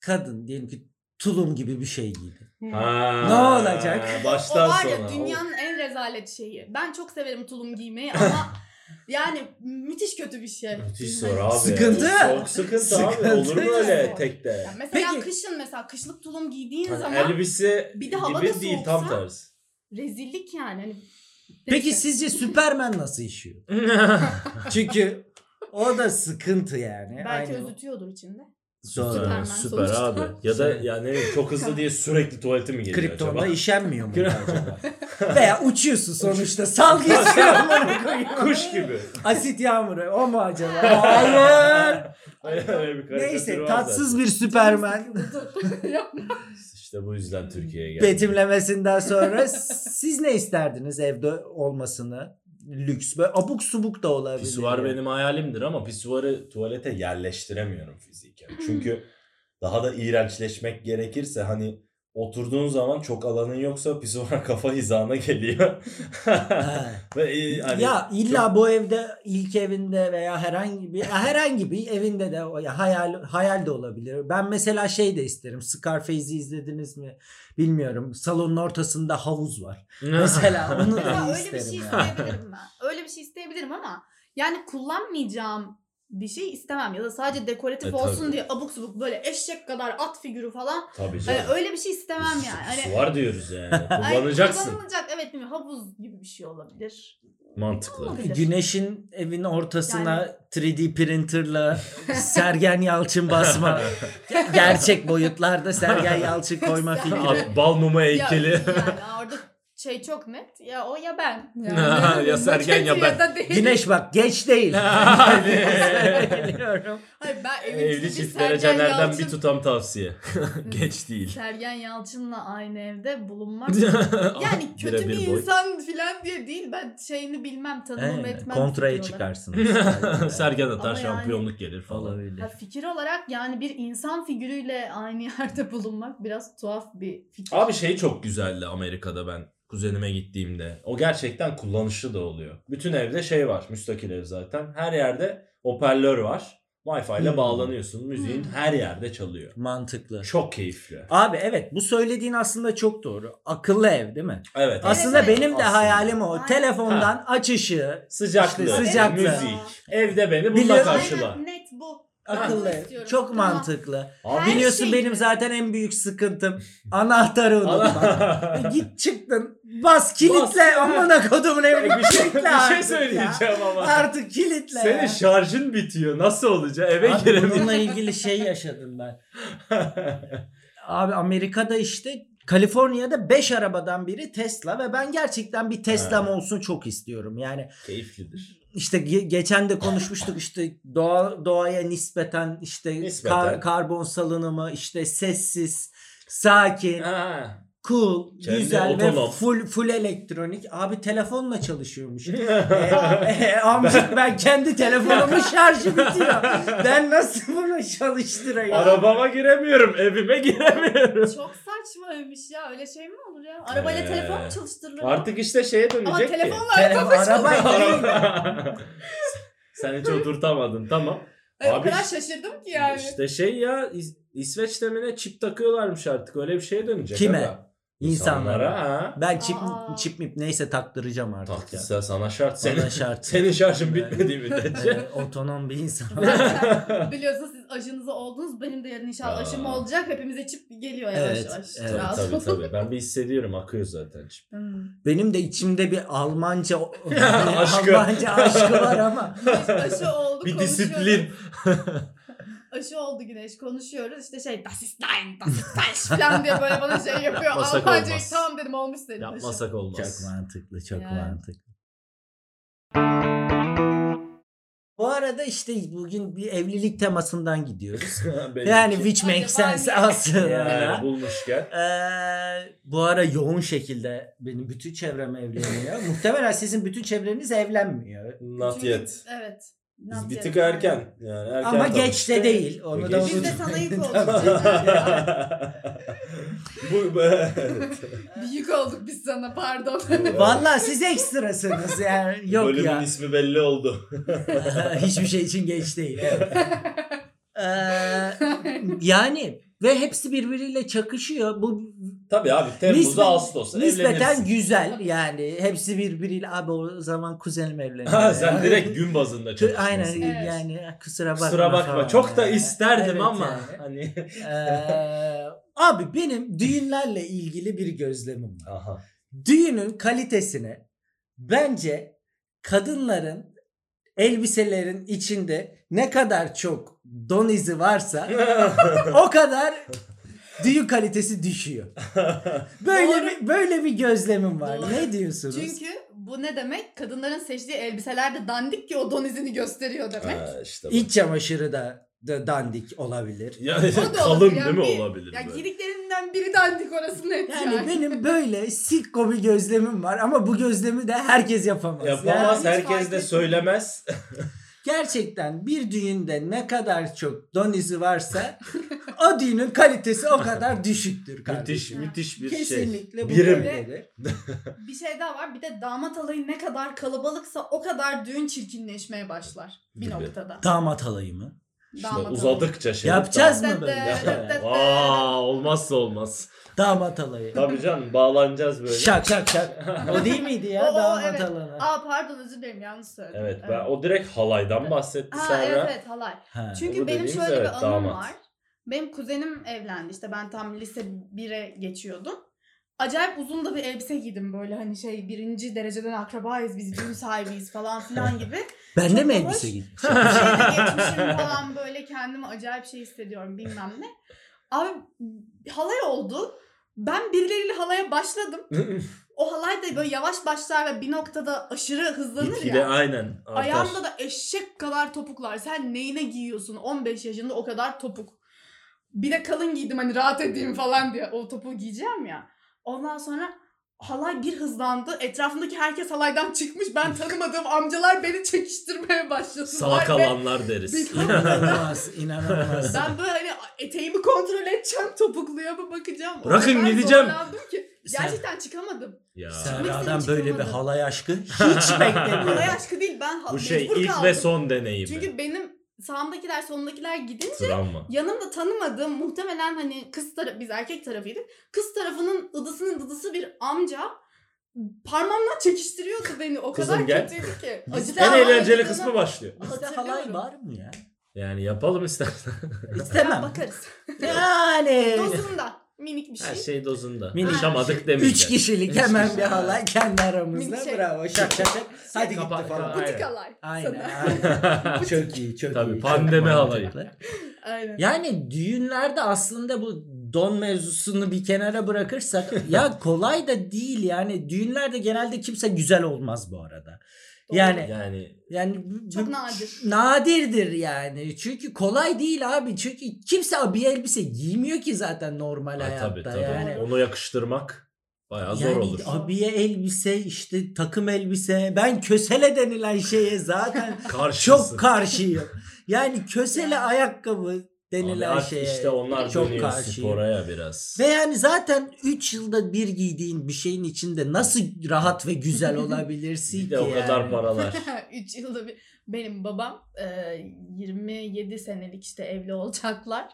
[SPEAKER 1] kadın diyelim ki tulum gibi bir şey giydi.
[SPEAKER 2] Ha,
[SPEAKER 1] Ne olacak?
[SPEAKER 2] Baştan
[SPEAKER 3] o var
[SPEAKER 2] sona.
[SPEAKER 3] ya dünyanın en rezalet şeyi. Ben çok severim tulum giymeyi ama yani müthiş kötü bir şey.
[SPEAKER 2] Müthiş soru abi.
[SPEAKER 1] Sıkıntı.
[SPEAKER 2] Çok sıkıntı,
[SPEAKER 1] Sıkıntı.
[SPEAKER 2] abi. Olur mu öyle Hani
[SPEAKER 3] Evet.
[SPEAKER 2] tekte?
[SPEAKER 3] Ya mesela
[SPEAKER 1] Peki-
[SPEAKER 3] kışın mesela kışlık tulum giydiğin
[SPEAKER 2] Hani
[SPEAKER 3] zaman
[SPEAKER 2] elbise
[SPEAKER 3] bir de hava
[SPEAKER 2] gibi
[SPEAKER 3] da
[SPEAKER 2] değil
[SPEAKER 3] soğuksa-
[SPEAKER 2] tam tersi.
[SPEAKER 3] rezillik yani. Hani
[SPEAKER 1] Peki
[SPEAKER 3] Neyse.
[SPEAKER 1] sizce Süpermen nasıl işiyor? Çünkü o da sıkıntı yani.
[SPEAKER 3] belki
[SPEAKER 1] Aynı o.
[SPEAKER 3] özütüyordur içinde.
[SPEAKER 1] Zor.
[SPEAKER 3] Süper.
[SPEAKER 2] Ha,
[SPEAKER 3] Superman
[SPEAKER 2] Süper
[SPEAKER 3] sonuçta.
[SPEAKER 2] abi. Ya da yani ne bileyim, çok hızlı diye sürekli tuvalete mi geliyor
[SPEAKER 1] Kriptonda
[SPEAKER 2] acaba?
[SPEAKER 1] işenmiyor mu acaba? Veya uçuyorsun sonuçta. Sal geçiyor amına koyayım.
[SPEAKER 2] Kuş gibi.
[SPEAKER 1] Asit yağmuru o mu acaba? Hayır.
[SPEAKER 2] Öyle bir karikatür
[SPEAKER 1] Neyse
[SPEAKER 2] var
[SPEAKER 1] tatsız
[SPEAKER 2] zaten.
[SPEAKER 1] bir Süpermen
[SPEAKER 2] İşte bu yüzden Türkiye'ye geldi.
[SPEAKER 1] betimlemesinden sonra siz ne isterdiniz evde olmasını? Lüks böyle abuk subuk da olabilir.
[SPEAKER 2] Pisuar benim hayalimdir ama pisuarı tuvalete yerleştiremiyorum fiziken. Çünkü daha da iğrençleşmek gerekirse hani oturduğun zaman çok alanın yoksa pisuar kafa hizana geliyor.
[SPEAKER 1] Ha.
[SPEAKER 2] Ve e, hani
[SPEAKER 1] ya illa bu evde ilk evinde veya herhangi bir herhangi bir evinde de o- ya hayal hayal de olabilir. Ben mesela şey de isterim. Scarface'i izlediniz mi? Bilmiyorum. Salonun ortasında havuz var. Mesela onu
[SPEAKER 3] Mesela
[SPEAKER 1] da
[SPEAKER 3] öyle bir şey
[SPEAKER 1] isterim. yani.
[SPEAKER 3] isteyebilirim ben. Öyle bir şey isteyebilirim ama yani kullanmayacağım bir şey istemem ya da sadece dekoratif
[SPEAKER 2] E, tabii.
[SPEAKER 3] olsun diye abuk subuk böyle eşek kadar at figürü falan
[SPEAKER 2] tabii
[SPEAKER 3] Hani
[SPEAKER 2] canım.
[SPEAKER 3] öyle bir şey istemem yani. Hani
[SPEAKER 2] Pisuar diyoruz yani.
[SPEAKER 3] Ay,
[SPEAKER 2] Kullanacaksın.
[SPEAKER 3] Kullanılacak evet değil mi? Havuz gibi bir şey olabilir.
[SPEAKER 2] Mantıklı.
[SPEAKER 3] Olabilir.
[SPEAKER 1] Güneşin evin ortasına 3D printerla Sergen Yalçın basma. Gerçek boyutlarda Sergen Yalçın koyma fikri.
[SPEAKER 2] At, bal mumu
[SPEAKER 3] Ya,
[SPEAKER 2] heykeli.
[SPEAKER 3] yani orada şey çok net. Ya o ya ben.
[SPEAKER 2] Ya
[SPEAKER 3] Yani.
[SPEAKER 2] Sergen ya ben.
[SPEAKER 3] da değil.
[SPEAKER 1] Güneş bak geç değil. Biliyorum.
[SPEAKER 3] Hayır ben evin içinde
[SPEAKER 2] Evli
[SPEAKER 3] bir
[SPEAKER 2] çiftlere
[SPEAKER 3] Sergen
[SPEAKER 2] Caner'den
[SPEAKER 3] Yalçın.
[SPEAKER 2] bir tutam tavsiye. Geç değil.
[SPEAKER 3] Sergen Yalçın'la aynı evde bulunmak.
[SPEAKER 2] yani
[SPEAKER 3] Yani kötü bir insan filan diye değil. Ben şeyini bilmem, tanımam
[SPEAKER 1] Ee,
[SPEAKER 3] etmem.
[SPEAKER 1] kontraya
[SPEAKER 3] fikir olarak.
[SPEAKER 1] çıkarsın.
[SPEAKER 2] Sergen atar
[SPEAKER 3] Ama yani-
[SPEAKER 2] şampiyonluk gelir falan.
[SPEAKER 1] olabilir.
[SPEAKER 3] Ya fikir olarak yani bir insan figürüyle aynı yerde bulunmak biraz tuhaf bir fikir.
[SPEAKER 2] Abi şey çok güzeldi Amerika'da ben kuzenime gittiğimde. O gerçekten kullanışlı da oluyor. Bütün evde şey var. Müstakil ev zaten. Her yerde hoparlör var. Wi-Fi ile
[SPEAKER 1] Hmm.
[SPEAKER 2] bağlanıyorsun. Müziğin
[SPEAKER 3] Hmm.
[SPEAKER 2] her yerde çalıyor.
[SPEAKER 1] Mantıklı.
[SPEAKER 2] Çok keyifli.
[SPEAKER 1] Abi evet bu söylediğin aslında çok doğru. Akıllı ev değil mi?
[SPEAKER 2] Evet.
[SPEAKER 1] Aslında
[SPEAKER 3] evet.
[SPEAKER 1] benim de
[SPEAKER 2] Aslında.
[SPEAKER 1] hayalim o.
[SPEAKER 3] Aynen.
[SPEAKER 1] Telefondan aç ışığı.
[SPEAKER 2] Sıcaklığı,
[SPEAKER 1] İşte sıcaklığı.
[SPEAKER 2] müzik. Evde beni bununla
[SPEAKER 1] Biliyorum.
[SPEAKER 2] karşıla.
[SPEAKER 3] Aynen, net bu.
[SPEAKER 1] Akıllı
[SPEAKER 3] Bunu
[SPEAKER 1] ev.
[SPEAKER 3] istiyorum.
[SPEAKER 1] Çok
[SPEAKER 3] Tamam.
[SPEAKER 1] mantıklı.
[SPEAKER 2] Abi-
[SPEAKER 3] Her
[SPEAKER 1] Biliyorsun
[SPEAKER 3] şey.
[SPEAKER 1] benim zaten en büyük sıkıntım anahtarı unutmak. E
[SPEAKER 2] Allah-
[SPEAKER 1] Git çıktın. Bas kilitle amına kodumun evini
[SPEAKER 2] bir şey,
[SPEAKER 1] kilitle
[SPEAKER 2] bir şey
[SPEAKER 1] artık ya.
[SPEAKER 2] söyleyeceğim ama.
[SPEAKER 1] Artık kilitle
[SPEAKER 2] Senin
[SPEAKER 1] ya.
[SPEAKER 2] şarjın bitiyor. Nasıl olacak? Eve
[SPEAKER 1] Abi
[SPEAKER 2] giremiyorum.
[SPEAKER 1] bununla ilgili şey yaşadım ben. Abi Amerika'da işte Kaliforniya'da 5 arabadan biri Tesla ve ben gerçekten bir Tesla'm
[SPEAKER 2] Ha.
[SPEAKER 1] olsun çok istiyorum. Yani
[SPEAKER 2] Keyiflidir.
[SPEAKER 1] işte ge- geçen de konuşmuştuk işte doğa doğaya nispeten işte
[SPEAKER 2] Nispeten.
[SPEAKER 1] kar- karbon salınımı işte sessiz, sakin, cool,
[SPEAKER 2] Kendi
[SPEAKER 1] güzel
[SPEAKER 2] otonom.
[SPEAKER 1] ve full full elektronik. Abi telefonla çalışıyormuş. E, e, amcık ben kendi telefonumun şarjı bitiyor. Ben nasıl bunu çalıştırayım?
[SPEAKER 2] Arabama giremiyorum, evime giremiyorum.
[SPEAKER 3] Çok saçmaymış ya. Öyle şey mi olur ya? Arabayla
[SPEAKER 2] Ee,
[SPEAKER 3] telefon mu çalıştırılır?
[SPEAKER 2] Artık işte şeye
[SPEAKER 3] Ama
[SPEAKER 2] dönecek ki.
[SPEAKER 3] telefonla
[SPEAKER 1] Telefon,
[SPEAKER 3] araba
[SPEAKER 1] araba
[SPEAKER 3] çalışıyor.
[SPEAKER 1] değil.
[SPEAKER 2] Sen hiç oturtamadın tamam.
[SPEAKER 3] Ay, O
[SPEAKER 2] Abi-
[SPEAKER 3] kadar şaşırdım ki yani.
[SPEAKER 2] İşte şey ya İs- İsveç'te mi ne çip takıyorlarmış artık öyle bir şeye dönecek.
[SPEAKER 1] Kime?
[SPEAKER 2] aga.
[SPEAKER 1] insanlara.
[SPEAKER 2] ha.
[SPEAKER 1] Ben çip
[SPEAKER 3] Aa.
[SPEAKER 1] çip mip neyse taktıracağım artık ya.
[SPEAKER 2] Taktıysa sana şart.
[SPEAKER 1] Bana
[SPEAKER 2] Senin,
[SPEAKER 1] şart.
[SPEAKER 2] senin
[SPEAKER 1] Ben-
[SPEAKER 2] şarjın bitmediği müddetçe.
[SPEAKER 1] Ee, otonom bir insan.
[SPEAKER 3] Biliyorsunuz siz aşınızı oldunuz. Benim de yarın inşallah
[SPEAKER 2] Aa.
[SPEAKER 3] aşım olacak. Hepimize çip geliyor yavaş
[SPEAKER 1] Evet,
[SPEAKER 3] yavaş.
[SPEAKER 1] evet,
[SPEAKER 3] Biraz.
[SPEAKER 2] tabii tabii. Ben bir hissediyorum. Akıyor zaten.
[SPEAKER 3] Hmm.
[SPEAKER 1] Benim de içimde bir Almanca
[SPEAKER 2] Aşkı.
[SPEAKER 1] Almanca aşkı var ama.
[SPEAKER 3] Güneş aşı oldu
[SPEAKER 2] Bir
[SPEAKER 3] konuşuyoruz.
[SPEAKER 2] disiplin.
[SPEAKER 3] Aşı oldu güneş konuşuyoruz. İşte şey das ist dein, das ist falsch falan diye böyle bana şey yapıyor.
[SPEAKER 2] Yapmasak
[SPEAKER 3] Almanca
[SPEAKER 2] olmaz.
[SPEAKER 3] tamam dedim olmuş senin aşın.
[SPEAKER 2] Yapmasak olmaz.
[SPEAKER 1] Çok mantıklı, çok
[SPEAKER 3] Yani.
[SPEAKER 1] mantıklı. Bu arada işte bugün bir evlilik temasından gidiyoruz.
[SPEAKER 2] Belki.
[SPEAKER 1] Yani which makes
[SPEAKER 3] Acaba
[SPEAKER 1] sense
[SPEAKER 3] niye?
[SPEAKER 2] yani
[SPEAKER 1] aslında.
[SPEAKER 2] bulmuşken.
[SPEAKER 1] Ee, bu ara yoğun şekilde benim bütün çevrem evleniyor. Muhtemelen sizin bütün çevreniz evlenmiyor.
[SPEAKER 2] Not
[SPEAKER 3] Çünkü-
[SPEAKER 2] yet.
[SPEAKER 3] Evet. not
[SPEAKER 2] Biz bir
[SPEAKER 3] yet.
[SPEAKER 2] tık erken. Yani erken
[SPEAKER 1] Ama
[SPEAKER 2] tanıştık.
[SPEAKER 1] geç de değil. Onu da
[SPEAKER 2] Geç
[SPEAKER 3] Biz de
[SPEAKER 1] unutmayın.
[SPEAKER 3] sana yük olduk. Yani.
[SPEAKER 2] bu, bu- evet.
[SPEAKER 3] Büyük olduk biz sana pardon.
[SPEAKER 1] Vallahi siz ekstrasınız yani. Yok
[SPEAKER 2] Bölümün
[SPEAKER 1] ya.
[SPEAKER 2] ismi belli oldu.
[SPEAKER 1] Hiçbir şey için geç değil. Evet. Ee, yani ve hepsi birbiriyle çakışıyor. Bu
[SPEAKER 2] Tabii abi Temmuz'da
[SPEAKER 1] Nispet-
[SPEAKER 2] Ağustos'ta
[SPEAKER 1] nispeten
[SPEAKER 2] evlenirsin.
[SPEAKER 1] güzel yani. Hepsi birbiriyle abi o zaman kuzenim evleniyor.
[SPEAKER 2] Ha, sen
[SPEAKER 1] Yani.
[SPEAKER 2] direkt gün bazında
[SPEAKER 1] Kı-
[SPEAKER 2] çalışıyorsun.
[SPEAKER 1] Aynen
[SPEAKER 3] Evet.
[SPEAKER 1] yani e, kusura bakma.
[SPEAKER 2] Kusura
[SPEAKER 1] falan
[SPEAKER 2] bakma. Çok da
[SPEAKER 1] yani.
[SPEAKER 2] isterdim
[SPEAKER 1] Evet
[SPEAKER 2] ama
[SPEAKER 1] yani.
[SPEAKER 2] hani.
[SPEAKER 1] Ee, abi benim düğünlerle ilgili bir gözlemim var.
[SPEAKER 2] Aha.
[SPEAKER 1] Düğünün kalitesini bence kadınların elbiselerin içinde ne kadar çok don izi varsa o kadar düğün kalitesi düşüyor. Böyle
[SPEAKER 3] Doğru.
[SPEAKER 1] bir böyle bir gözlemim var.
[SPEAKER 3] Doğru.
[SPEAKER 1] Ne diyorsunuz?
[SPEAKER 3] Çünkü bu ne demek? Kadınların seçtiği elbiseler de dandik ki o don izini gösteriyor demek.
[SPEAKER 2] Ha, işte bu.
[SPEAKER 1] İç çamaşırı da, da dandik olabilir.
[SPEAKER 2] Ya,
[SPEAKER 3] O da
[SPEAKER 2] kalın
[SPEAKER 3] olabilir.
[SPEAKER 2] değil mi
[SPEAKER 3] Yani bir-
[SPEAKER 2] olabilir?
[SPEAKER 3] Ya
[SPEAKER 2] böyle?
[SPEAKER 3] giydiklerinden biri dandik orası net yani.
[SPEAKER 1] Yani benim böyle sikko bir gözlemim var ama bu gözlemi de herkes yapamaz. Yani
[SPEAKER 2] Yapamaz
[SPEAKER 3] Yani hiç
[SPEAKER 2] herkes
[SPEAKER 3] fark
[SPEAKER 2] de
[SPEAKER 3] etmiyor.
[SPEAKER 2] söylemez.
[SPEAKER 1] gerçekten bir düğünde ne kadar çok don izi varsa o düğünün kalitesi o kadar düşüktür
[SPEAKER 2] müthiş
[SPEAKER 1] kardeşim.
[SPEAKER 2] müthiş bir şey.
[SPEAKER 1] Kesinlikle bu
[SPEAKER 2] Birim.
[SPEAKER 1] böyledir.
[SPEAKER 3] Bir şey daha var. Bir de damat alayı ne kadar kalabalıksa o kadar düğün çirkinleşmeye başlar bir
[SPEAKER 2] Gibi.
[SPEAKER 3] noktada.
[SPEAKER 1] Damat alayı mı?
[SPEAKER 2] İşte
[SPEAKER 3] Damat
[SPEAKER 2] uzadıkça şey.
[SPEAKER 1] Yapacağız mı
[SPEAKER 3] Dede,
[SPEAKER 1] böyle?
[SPEAKER 3] dede.
[SPEAKER 2] Ya, Aa, olmazsa olmaz.
[SPEAKER 1] damat alayı.
[SPEAKER 2] Tabii canım bağlanacağız böyle.
[SPEAKER 1] Şak şak şak. O değil miydi ya
[SPEAKER 3] O, o,
[SPEAKER 1] damat
[SPEAKER 3] evet.
[SPEAKER 1] alanı?
[SPEAKER 3] alayı. Aa pardon özür dilerim yanlış söyledim.
[SPEAKER 2] Evet ben o direkt halaydan bahsetti
[SPEAKER 3] Ha
[SPEAKER 2] Serra.
[SPEAKER 3] evet evet halay.
[SPEAKER 1] Ha.
[SPEAKER 2] Onu
[SPEAKER 3] Çünkü benim
[SPEAKER 2] dediğiniz
[SPEAKER 3] şöyle
[SPEAKER 2] evet,
[SPEAKER 3] bir anım
[SPEAKER 2] damat.
[SPEAKER 3] var. Benim kuzenim evlendi işte ben tam lise 1'e geçiyordum. Acayip uzun da bir elbise giydim böyle hani şey birinci dereceden akrabayız biz düğün sahibiyiz falan filan gibi.
[SPEAKER 1] Ben de
[SPEAKER 3] Çok
[SPEAKER 1] mi
[SPEAKER 3] hoş.
[SPEAKER 1] elbise giydim?
[SPEAKER 3] Şeyde geçmişim falan böyle kendimi acayip şey hissediyorum bilmem ne. Abi halay oldu. Ben birileriyle halaya başladım. O halay da böyle yavaş başlar ve bir noktada aşırı hızlanır
[SPEAKER 2] Gitgide
[SPEAKER 3] ya.
[SPEAKER 2] aynen artar.
[SPEAKER 3] Ayağımda da eşek kadar topuklar. Sen neyine giyiyorsun 15 yaşında o kadar topuk. Bir de kalın giydim hani rahat edeyim falan diye. O topuğu giyeceğim ya. Ondan sonra halay bir hızlandı. Etrafındaki herkes halaydan çıkmış. Ben tanımadığım amcalar beni çekiştirmeye başladılar.
[SPEAKER 2] Sağ
[SPEAKER 3] ve-
[SPEAKER 2] kalanlar deriz.
[SPEAKER 3] Bilmem.
[SPEAKER 1] inanılmaz, inanılmaz.
[SPEAKER 3] ben böyle hani eteğimi kontrol edeceğim, topukluya mı bakacağım. O
[SPEAKER 2] Bırakın
[SPEAKER 3] kadar
[SPEAKER 2] gideceğim.
[SPEAKER 3] zorlandım ki.
[SPEAKER 1] Sen-
[SPEAKER 3] Gerçekten çıkamadım.
[SPEAKER 2] ya.
[SPEAKER 1] Serra'dan
[SPEAKER 3] Kimsenin
[SPEAKER 1] böyle bir
[SPEAKER 3] çıkamadı.
[SPEAKER 1] halay aşkı hiç beklemiyorum.
[SPEAKER 3] Olay aşkı değil ben ha-
[SPEAKER 2] Bu şey
[SPEAKER 3] mecbur
[SPEAKER 2] ilk
[SPEAKER 3] kaldım.
[SPEAKER 2] ve son deneyimi.
[SPEAKER 3] Çünkü benim sağımdakiler solumdakiler gidince
[SPEAKER 2] Travma.
[SPEAKER 3] yanımda tanımadığım muhtemelen hani kız tarafı biz erkek tarafıydık. Kız tarafının ıdısının dıdısı bir amca parmağımla çekiştiriyordu beni. O
[SPEAKER 2] Kızım
[SPEAKER 3] kadar
[SPEAKER 2] gel.
[SPEAKER 3] kötüydü ki.
[SPEAKER 2] En
[SPEAKER 3] Acıdan-
[SPEAKER 2] eğlenceli
[SPEAKER 3] acıdan-
[SPEAKER 2] kısmı başlıyor.
[SPEAKER 1] Bizde
[SPEAKER 3] Hatırlıyorum.
[SPEAKER 1] halay var mı ya?
[SPEAKER 2] Yani yapalım istersen.
[SPEAKER 3] Ya
[SPEAKER 1] İstemem.
[SPEAKER 3] bakarız.
[SPEAKER 1] Yani.
[SPEAKER 3] Dozunda minik bir şey.
[SPEAKER 2] Her şey dozunda.
[SPEAKER 1] Minik.
[SPEAKER 2] Konuşamadık demeyeceğim.
[SPEAKER 1] Üç kişilik
[SPEAKER 2] Üç
[SPEAKER 1] hemen
[SPEAKER 2] kişi.
[SPEAKER 1] bir halay kendi aramızda.
[SPEAKER 3] Minik şey.
[SPEAKER 1] Bravo şak şak şak. Hadi
[SPEAKER 2] Kapa-
[SPEAKER 1] gitti falan.
[SPEAKER 2] kapa-
[SPEAKER 3] Butik alay.
[SPEAKER 1] Aynen.
[SPEAKER 3] Sana.
[SPEAKER 1] aynen. çok iyi çok
[SPEAKER 2] Tabii,
[SPEAKER 1] iyi.
[SPEAKER 2] pandemi
[SPEAKER 1] Çok
[SPEAKER 2] halayı.
[SPEAKER 1] mantıklı.
[SPEAKER 3] Aynen.
[SPEAKER 1] Yani düğünlerde aslında bu don mevzusunu bir kenara bırakırsak ya kolay da değil yani düğünlerde genelde kimse güzel olmaz bu arada.
[SPEAKER 3] Doğru.
[SPEAKER 1] Yani
[SPEAKER 2] Yani
[SPEAKER 1] Yani bu-
[SPEAKER 3] Çok
[SPEAKER 1] bu-
[SPEAKER 3] nadir.
[SPEAKER 1] Nadirdir yani. Çünkü kolay değil abi. Çünkü kimse bir elbise giymiyor ki zaten normal
[SPEAKER 2] ay,
[SPEAKER 1] hayatta
[SPEAKER 2] tabii tabii.
[SPEAKER 1] yani.
[SPEAKER 2] Onu yakıştırmak bayağı zor
[SPEAKER 1] Yani
[SPEAKER 2] olur.
[SPEAKER 1] abiye elbise işte takım elbise ben kösele denilen şeye zaten
[SPEAKER 2] Karşısın.
[SPEAKER 1] çok karşıyım. Yani kösele ayakkabı
[SPEAKER 2] Abi
[SPEAKER 1] denilen
[SPEAKER 2] artık
[SPEAKER 1] şeye
[SPEAKER 2] işte onlar
[SPEAKER 1] çok
[SPEAKER 2] dönüyor
[SPEAKER 1] karşıyım.
[SPEAKER 2] spora ya biraz.
[SPEAKER 1] Ve yani zaten 3 yılda bir giydiğin bir şeyin içinde nasıl rahat ve güzel olabilirsin
[SPEAKER 2] Bir
[SPEAKER 1] ki?
[SPEAKER 2] de o kadar
[SPEAKER 1] yani?
[SPEAKER 2] paralar.
[SPEAKER 3] 3 yılda bir benim babam e, 27 senelik işte evli olacaklar.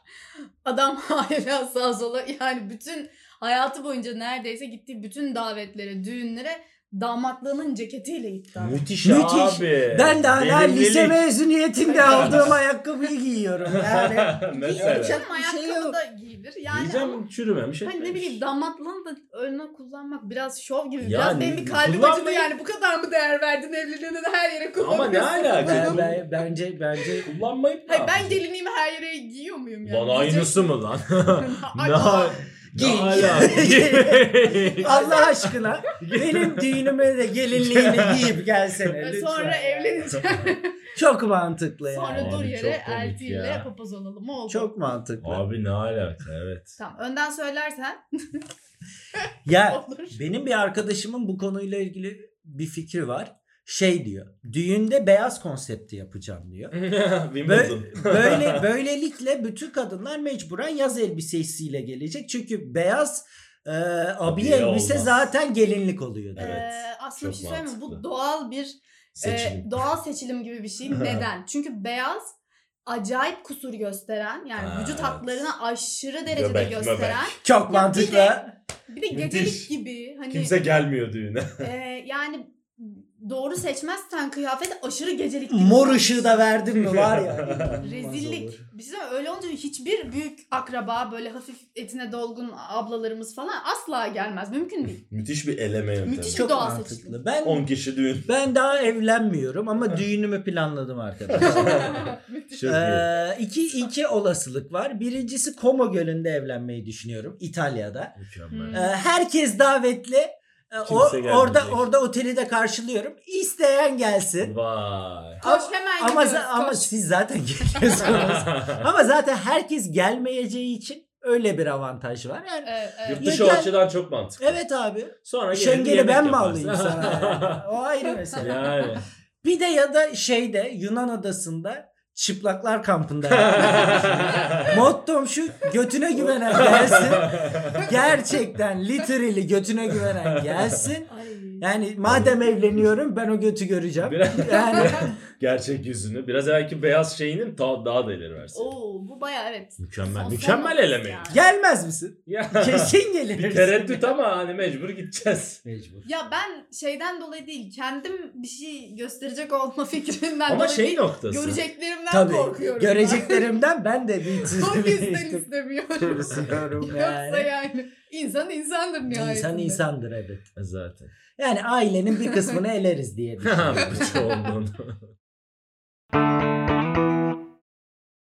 [SPEAKER 3] Adam hala sağ sola yani bütün hayatı boyunca neredeyse gittiği bütün davetlere, düğünlere damatlığının ceketiyle gitti. abi.
[SPEAKER 2] Müthiş,
[SPEAKER 1] Müthiş.
[SPEAKER 2] abi.
[SPEAKER 1] Ben de hala
[SPEAKER 2] Verimlilik.
[SPEAKER 1] lise mezuniyetinde aldığım ayakkabıyı giyiyorum. Yani
[SPEAKER 2] Mesela.
[SPEAKER 1] Giyeceğim.
[SPEAKER 3] Canım
[SPEAKER 1] Bir şey
[SPEAKER 3] ayakkabı
[SPEAKER 1] yok.
[SPEAKER 3] da giyilir. Yani ama-
[SPEAKER 2] Diyeceğim çürümemiş
[SPEAKER 3] Hani ne
[SPEAKER 2] etmemiş.
[SPEAKER 3] bileyim damatlığını da önüne kullanmak biraz şov gibi.
[SPEAKER 2] Yani
[SPEAKER 3] biraz benim bir kalbim
[SPEAKER 2] kullanmayın.
[SPEAKER 3] acıdı yani bu kadar mı değer verdin evliliğine de her yere
[SPEAKER 2] Ama
[SPEAKER 3] kullanıyorsun.
[SPEAKER 2] ne alaka?
[SPEAKER 1] ben, ben- bence bence
[SPEAKER 2] Kullanmayıp ne
[SPEAKER 3] Hayır ben
[SPEAKER 2] yapacağız?
[SPEAKER 3] gelinliğimi her yere giyiyor muyum yani?
[SPEAKER 2] Lan aynısı mı lan?
[SPEAKER 3] Ay,
[SPEAKER 2] ne
[SPEAKER 3] Allah.
[SPEAKER 2] ne
[SPEAKER 1] Giy.
[SPEAKER 2] alaka?
[SPEAKER 1] Allah aşkına benim düğünüme de gelinliğini giyip gelsene
[SPEAKER 3] Ee,
[SPEAKER 1] lütfen.
[SPEAKER 3] Sonra evleneceğim.
[SPEAKER 1] Çok mantıklı yani.
[SPEAKER 3] Sonra
[SPEAKER 2] Abi
[SPEAKER 3] dur
[SPEAKER 2] çok
[SPEAKER 3] yere
[SPEAKER 2] komik ya.
[SPEAKER 3] eltiyle papaz olalım. Oldu.
[SPEAKER 1] Çok mantıklı.
[SPEAKER 2] Abi ne alaka evet.
[SPEAKER 3] Tamam önden söylersen
[SPEAKER 1] Ya
[SPEAKER 3] olur.
[SPEAKER 1] benim bir arkadaşımın bu konuyla ilgili bir fikri var. Şey diyor. Düğünde beyaz konsepti yapacağım diyor.
[SPEAKER 2] Wimbledon.
[SPEAKER 1] Böyle böylelikle bütün kadınlar mecburen yaz elbisesiyle gelecek. Çünkü beyaz e, abiye
[SPEAKER 2] Abiye
[SPEAKER 1] elbise
[SPEAKER 2] olmaz.
[SPEAKER 1] zaten gelinlik oluyor diyor.
[SPEAKER 2] Evet,
[SPEAKER 3] Ee, aslında bir
[SPEAKER 2] çok
[SPEAKER 3] şey söyleyeyim mi? Bu
[SPEAKER 2] mantıklı.
[SPEAKER 3] doğal bir
[SPEAKER 2] Seçilim.
[SPEAKER 3] Ee, doğal seçilim gibi bir şey. Neden? Çünkü beyaz acayip kusur gösteren yani
[SPEAKER 2] Ha,
[SPEAKER 3] vücut
[SPEAKER 2] evet.
[SPEAKER 3] hatlarını aşırı derecede
[SPEAKER 2] Göbek,
[SPEAKER 3] gösteren.
[SPEAKER 1] Çok
[SPEAKER 3] bir
[SPEAKER 1] mantıklı.
[SPEAKER 3] de- Bir de
[SPEAKER 2] Müthiş.
[SPEAKER 3] gecelik gibi hani
[SPEAKER 2] Kimse gelmiyor düğüne.
[SPEAKER 3] e, yani doğru seçmezsen kıyafet aşırı gecelik gibi.
[SPEAKER 1] Mor ışığı da verdim mi var ya.
[SPEAKER 3] Rezillik. Bir şey söyleyeyim mi? öyle olunca hiçbir büyük akraba böyle hafif etine dolgun ablalarımız falan asla gelmez. Mümkün değil.
[SPEAKER 2] Müthiş bir eleme yöntemi.
[SPEAKER 3] Müthiş.
[SPEAKER 1] Çok
[SPEAKER 3] Doğal
[SPEAKER 1] mantıklı.
[SPEAKER 3] seçim.
[SPEAKER 1] Ben
[SPEAKER 2] 10 kişi düğün.
[SPEAKER 1] ben daha evlenmiyorum ama düğünümü planladım arkadaşlar.
[SPEAKER 3] Müthiş.
[SPEAKER 2] Çok iyi.
[SPEAKER 1] Ee, iki, iki olasılık var. Birincisi Como Gölü'nde evlenmeyi düşünüyorum İtalya'da.
[SPEAKER 2] Mükemmel.
[SPEAKER 1] Ee, herkes davetli. Ee, o,
[SPEAKER 2] Kimse gelmeyecek.
[SPEAKER 1] orada orada oteli de karşılıyorum. İsteyen gelsin.
[SPEAKER 2] Vay.
[SPEAKER 3] Koş hemen
[SPEAKER 1] Ama,
[SPEAKER 3] gidiyoruz.
[SPEAKER 1] za- ama
[SPEAKER 3] koş.
[SPEAKER 1] siz zaten geliyorsunuz. ama zaten herkes gelmeyeceği için öyle bir avantaj var. Yani,
[SPEAKER 3] Evet, evet.
[SPEAKER 2] Yurt dışı o
[SPEAKER 1] Yeter.
[SPEAKER 2] açıdan çok mantıklı.
[SPEAKER 1] evet abi.
[SPEAKER 2] Sonra gelip
[SPEAKER 1] Şengeli
[SPEAKER 2] yemek
[SPEAKER 1] ben mi
[SPEAKER 2] yaparsın.
[SPEAKER 1] alayım sana? yani? O ayrı mesele.
[SPEAKER 2] yani.
[SPEAKER 1] Bir de ya da şeyde Yunan adasında çıplaklar kampında. Mottom şu götüne güvenen gelsin. Gerçekten literally götüne güvenen gelsin.
[SPEAKER 3] Ay.
[SPEAKER 1] Yani madem evleniyorum ben o götü göreceğim.
[SPEAKER 2] Biraz-
[SPEAKER 1] Yani
[SPEAKER 2] Gerçek yüzünü. Biraz evvelki beyaz şeyinin ta- daha da ileri versin.
[SPEAKER 3] Oo bu baya evet.
[SPEAKER 2] Mükemmel.
[SPEAKER 3] Sosyal
[SPEAKER 2] Mükemmel
[SPEAKER 3] olması
[SPEAKER 2] eleme.
[SPEAKER 3] yani.
[SPEAKER 1] gelmez misin?
[SPEAKER 2] Ya.
[SPEAKER 1] Kesin gelir.
[SPEAKER 2] bir tereddüt ama hani mecbur gideceğiz.
[SPEAKER 1] Mecbur.
[SPEAKER 3] Ya ben şeyden dolayı değil, kendim bir şey gösterecek olma fikrinden
[SPEAKER 2] ama
[SPEAKER 3] dolayı
[SPEAKER 2] şey
[SPEAKER 3] değil,
[SPEAKER 2] noktası.
[SPEAKER 3] göreceklerimden
[SPEAKER 1] Tabii.
[SPEAKER 3] korkuyorum.
[SPEAKER 1] Göreceklerimden ben de bir
[SPEAKER 3] ben. O yüzden
[SPEAKER 1] tüzüm
[SPEAKER 3] istemiyorum. Yoksa
[SPEAKER 1] yani.
[SPEAKER 3] yani insan insandır nihayetinde.
[SPEAKER 1] İnsan insandır evet.
[SPEAKER 2] Zaten.
[SPEAKER 1] Yani ailenin bir kısmını eleriz diye düşünüyorum.
[SPEAKER 2] Bu çoğunluğunu.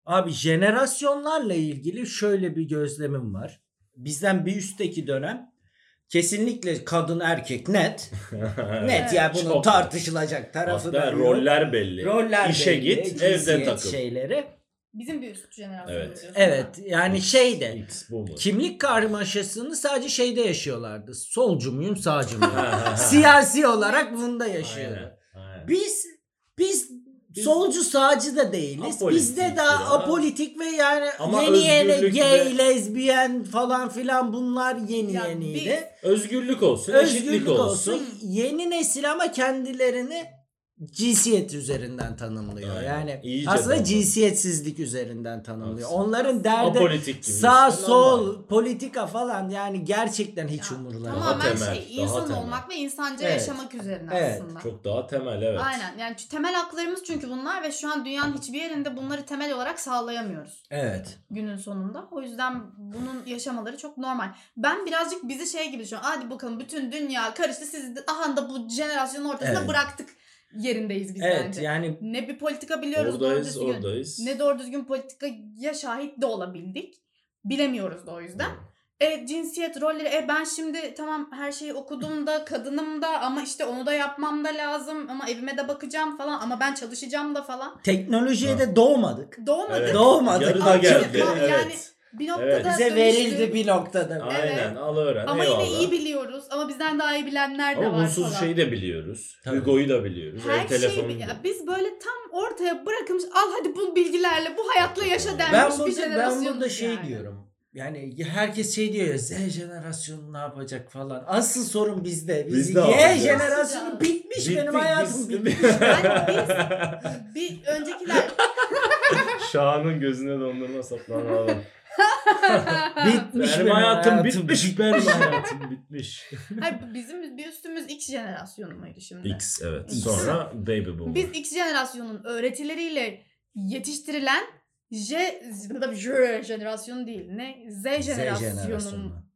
[SPEAKER 1] Abi jenerasyonlarla ilgili şöyle bir gözlemim var. Bizden bir üstteki dönem kesinlikle kadın erkek net. Net ya bunun
[SPEAKER 2] Çok
[SPEAKER 1] tartışılacak tarafı
[SPEAKER 2] Hatta
[SPEAKER 1] da yok.
[SPEAKER 2] roller belli.
[SPEAKER 1] roller
[SPEAKER 2] İşe
[SPEAKER 1] belli,
[SPEAKER 2] git, evde
[SPEAKER 1] cinsiyet
[SPEAKER 2] takıl.
[SPEAKER 1] şeyleri.
[SPEAKER 3] Bizim bir üst jenerasyon.
[SPEAKER 2] Evet.
[SPEAKER 3] diyorsun.
[SPEAKER 1] Evet yani şey de
[SPEAKER 2] X bu mu?
[SPEAKER 1] kimlik karmaşasını sadece şeyde yaşıyorlardı. Solcu muyum sağcı
[SPEAKER 2] Ha,
[SPEAKER 1] mıyım?
[SPEAKER 2] ha, ha.
[SPEAKER 1] Siyasi olarak bunda yaşıyorlar.
[SPEAKER 2] Aynen, aynen.
[SPEAKER 1] Biz biz solcu sağcı da değiliz.
[SPEAKER 2] Apolitik
[SPEAKER 1] Bizde daha
[SPEAKER 2] ya.
[SPEAKER 1] apolitik ve yani
[SPEAKER 2] Ama
[SPEAKER 1] yeni yeni
[SPEAKER 2] özgürlük
[SPEAKER 1] gay,
[SPEAKER 2] ve-
[SPEAKER 1] lezbiyen falan filan bunlar yeni
[SPEAKER 3] Ya biz-
[SPEAKER 1] yeniydi.
[SPEAKER 2] Özgürlük olsun,
[SPEAKER 1] Özgürlük
[SPEAKER 2] eşitlik
[SPEAKER 1] olsun.
[SPEAKER 2] olsun.
[SPEAKER 1] Yeni nesil ama kendilerini cinsiyet üzerinden tanımlıyor.
[SPEAKER 2] Aynen.
[SPEAKER 1] Yani
[SPEAKER 2] İyice
[SPEAKER 1] aslında
[SPEAKER 2] doğru.
[SPEAKER 1] cinsiyetsizlik üzerinden tanımlıyor.
[SPEAKER 2] Haklısın.
[SPEAKER 1] Onların derdi
[SPEAKER 2] Apolitik gibi.
[SPEAKER 1] sağ
[SPEAKER 2] işte,
[SPEAKER 1] sol
[SPEAKER 2] normal.
[SPEAKER 1] politika falan yani gerçekten hiç
[SPEAKER 3] Ya,
[SPEAKER 1] umurları yok.
[SPEAKER 3] Tamamen
[SPEAKER 2] temel,
[SPEAKER 3] şey
[SPEAKER 2] daha
[SPEAKER 3] insan
[SPEAKER 2] temel.
[SPEAKER 3] olmak ve insanca
[SPEAKER 1] Evet.
[SPEAKER 3] yaşamak üzerine
[SPEAKER 1] Evet,
[SPEAKER 3] aslında.
[SPEAKER 2] Çok daha temel evet.
[SPEAKER 3] Aynen yani şu temel haklarımız çünkü bunlar ve şu an dünyanın hiçbir yerinde bunları temel olarak sağlayamıyoruz.
[SPEAKER 1] Evet.
[SPEAKER 3] günün sonunda. O yüzden bunun yaşamaları çok normal. Ben birazcık bizi şey gibi düşünüyorum. Hadi bakalım bütün dünya karıştı. Siz de aha da bu jenerasyonun ortasında
[SPEAKER 1] Evet.
[SPEAKER 3] bıraktık yerindeyiz biz
[SPEAKER 1] Evet
[SPEAKER 3] bence.
[SPEAKER 1] yani
[SPEAKER 3] Ne bir politika biliyoruz doğru
[SPEAKER 2] Oradayız,
[SPEAKER 3] düzgün.
[SPEAKER 2] oradayız.
[SPEAKER 3] Ne doğru düzgün politikaya şahit de olabildik. Bilemiyoruz da o yüzden. E cinsiyet rolleri e ben şimdi tamam her şeyi okudum da kadınım da ama işte onu da yapmam da lazım ama evime de bakacağım falan ama ben çalışacağım da falan.
[SPEAKER 1] teknolojiye
[SPEAKER 2] Ha.
[SPEAKER 1] de doğmadık.
[SPEAKER 3] Doğmadık.
[SPEAKER 2] Evet.
[SPEAKER 1] Doğmadık.
[SPEAKER 2] Yarına
[SPEAKER 1] Ama
[SPEAKER 2] geldi.
[SPEAKER 3] yani-
[SPEAKER 2] evet.
[SPEAKER 3] Bir noktada
[SPEAKER 2] Evet.
[SPEAKER 1] Bize
[SPEAKER 3] dönüştü.
[SPEAKER 1] verildi bir noktada.
[SPEAKER 2] Aynen al öğren.
[SPEAKER 3] Ama
[SPEAKER 2] eyvallah.
[SPEAKER 3] yine iyi biliyoruz. Ama bizden daha iyi bilenler de
[SPEAKER 2] Ama
[SPEAKER 3] var
[SPEAKER 2] bunsuz
[SPEAKER 3] falan.
[SPEAKER 2] şeyi de biliyoruz.
[SPEAKER 1] Tabii.
[SPEAKER 2] Hugo'yu da biliyoruz.
[SPEAKER 3] Her
[SPEAKER 2] Her
[SPEAKER 3] şeyi
[SPEAKER 2] telefonu
[SPEAKER 3] bi-
[SPEAKER 2] da.
[SPEAKER 3] ya biz böyle tam ortaya bırakmış al hadi bu bilgilerle bu hayatla yaşa denmiş
[SPEAKER 1] Ben
[SPEAKER 3] bir
[SPEAKER 1] burada, ben
[SPEAKER 3] jenerasyonuz
[SPEAKER 1] burada şey
[SPEAKER 3] yani.
[SPEAKER 1] diyorum. Yani herkes şey diyor ya Z jenerasyonu ne yapacak falan. Asıl sorun bizde. Biz,
[SPEAKER 2] Biz de
[SPEAKER 1] Y
[SPEAKER 2] yapacağız.
[SPEAKER 1] jenerasyonu bitmiş benim
[SPEAKER 2] Bittik
[SPEAKER 1] hayatım
[SPEAKER 2] biz.
[SPEAKER 1] bitmiş.
[SPEAKER 3] Yani Bir öncekiler
[SPEAKER 2] Şahan'ın gözüne dondurma saplan adam.
[SPEAKER 1] bitmiş
[SPEAKER 2] Benim hayatım bitmiş. Benim hayatım bitmiş.
[SPEAKER 3] Hayır, bizim bir üstümüz X jenerasyonu muydu şimdi?
[SPEAKER 2] X evet.
[SPEAKER 1] X.
[SPEAKER 2] Sonra Baby Boomer.
[SPEAKER 3] Biz X jenerasyonun öğretileriyle yetiştirilen J, J jenerasyonu değil ne Z jenerasyonunun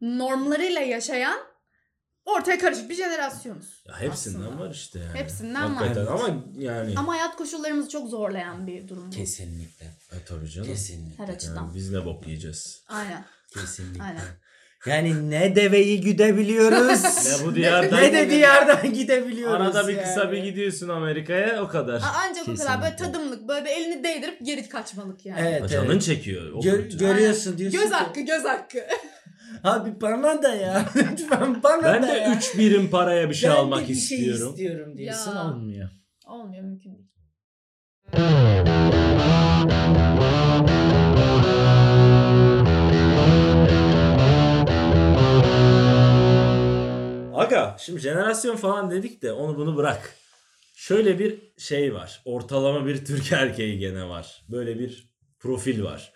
[SPEAKER 3] normlarıyla yaşayan ortaya karışık bir jenerasyonuz.
[SPEAKER 2] Ya hepsinden
[SPEAKER 3] Aslında.
[SPEAKER 2] var işte yani.
[SPEAKER 3] Hepsinden var.
[SPEAKER 2] Hakikaten ama yani.
[SPEAKER 3] Ama hayat koşullarımızı çok zorlayan bir durum. bu.
[SPEAKER 1] Kesinlikle.
[SPEAKER 2] E, tabii canım.
[SPEAKER 1] Kesinlikle.
[SPEAKER 3] Her açıdan.
[SPEAKER 2] Yani biz ne bok yiyeceğiz?
[SPEAKER 3] Aynen.
[SPEAKER 1] Kesinlikle.
[SPEAKER 3] Aynen.
[SPEAKER 1] Yani ne deveyi güdebiliyoruz.
[SPEAKER 2] Ne bu
[SPEAKER 1] ne,
[SPEAKER 2] diyardan?
[SPEAKER 1] de diyardan gidebiliyoruz.
[SPEAKER 2] Arada bir kısa
[SPEAKER 1] yani.
[SPEAKER 2] bir gidiyorsun Amerika'ya o kadar.
[SPEAKER 3] A- Ancak o kadar böyle
[SPEAKER 1] Kesinlikle.
[SPEAKER 3] tadımlık böyle bir elini değdirip geri kaçmalık yani.
[SPEAKER 1] Evet,
[SPEAKER 2] E, Canın
[SPEAKER 1] evet.
[SPEAKER 2] çekiyor. O
[SPEAKER 1] Gör-
[SPEAKER 2] kadar.
[SPEAKER 1] görüyorsun diyorsun.
[SPEAKER 3] Göz
[SPEAKER 1] ki,
[SPEAKER 3] hakkı göz hakkı.
[SPEAKER 1] Abi bana da ya. Lütfen bana
[SPEAKER 2] ben
[SPEAKER 1] da
[SPEAKER 2] de
[SPEAKER 1] ya.
[SPEAKER 2] 3 birim paraya bir şey
[SPEAKER 1] Ben de
[SPEAKER 2] almak
[SPEAKER 1] bir şey
[SPEAKER 2] istiyorum.
[SPEAKER 1] istiyorum diyorsun
[SPEAKER 3] Ya.
[SPEAKER 1] olmuyor.
[SPEAKER 3] Olmuyor mümkün değil.
[SPEAKER 2] Aga şimdi jenerasyon falan dedik de onu bunu bırak. Şöyle bir şey var. Ortalama bir Türk erkeği gene var. Böyle bir profil var.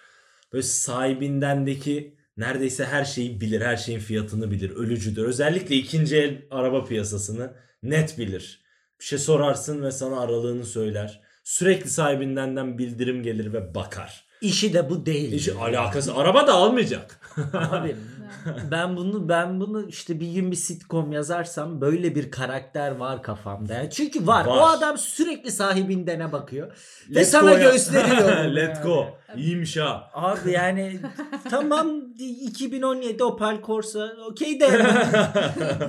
[SPEAKER 2] Böyle sahibindendeki neredeyse her şeyi bilir. Her şeyin fiyatını bilir. Ölücüdür. Özellikle ikinci el araba piyasasını net bilir. Bir şey sorarsın ve sana aralığını söyler. Sürekli sahibindenden bildirim gelir ve bakar.
[SPEAKER 1] İşi de bu değil.
[SPEAKER 2] Hiç alakası. Araba da almayacak.
[SPEAKER 1] Abi ben bunu ben bunu işte bir gün bir sitcom yazarsam böyle bir karakter var kafamda. Yani çünkü var.
[SPEAKER 2] Var.
[SPEAKER 1] O adam sürekli sahibindene bakıyor. Ve
[SPEAKER 2] Let
[SPEAKER 1] sana
[SPEAKER 2] go ya.
[SPEAKER 1] gösteriyor bunu
[SPEAKER 2] Let go.
[SPEAKER 3] yani.
[SPEAKER 2] İyiymiş ha.
[SPEAKER 1] Abi yani tamam 2017 Opel Corsa okey de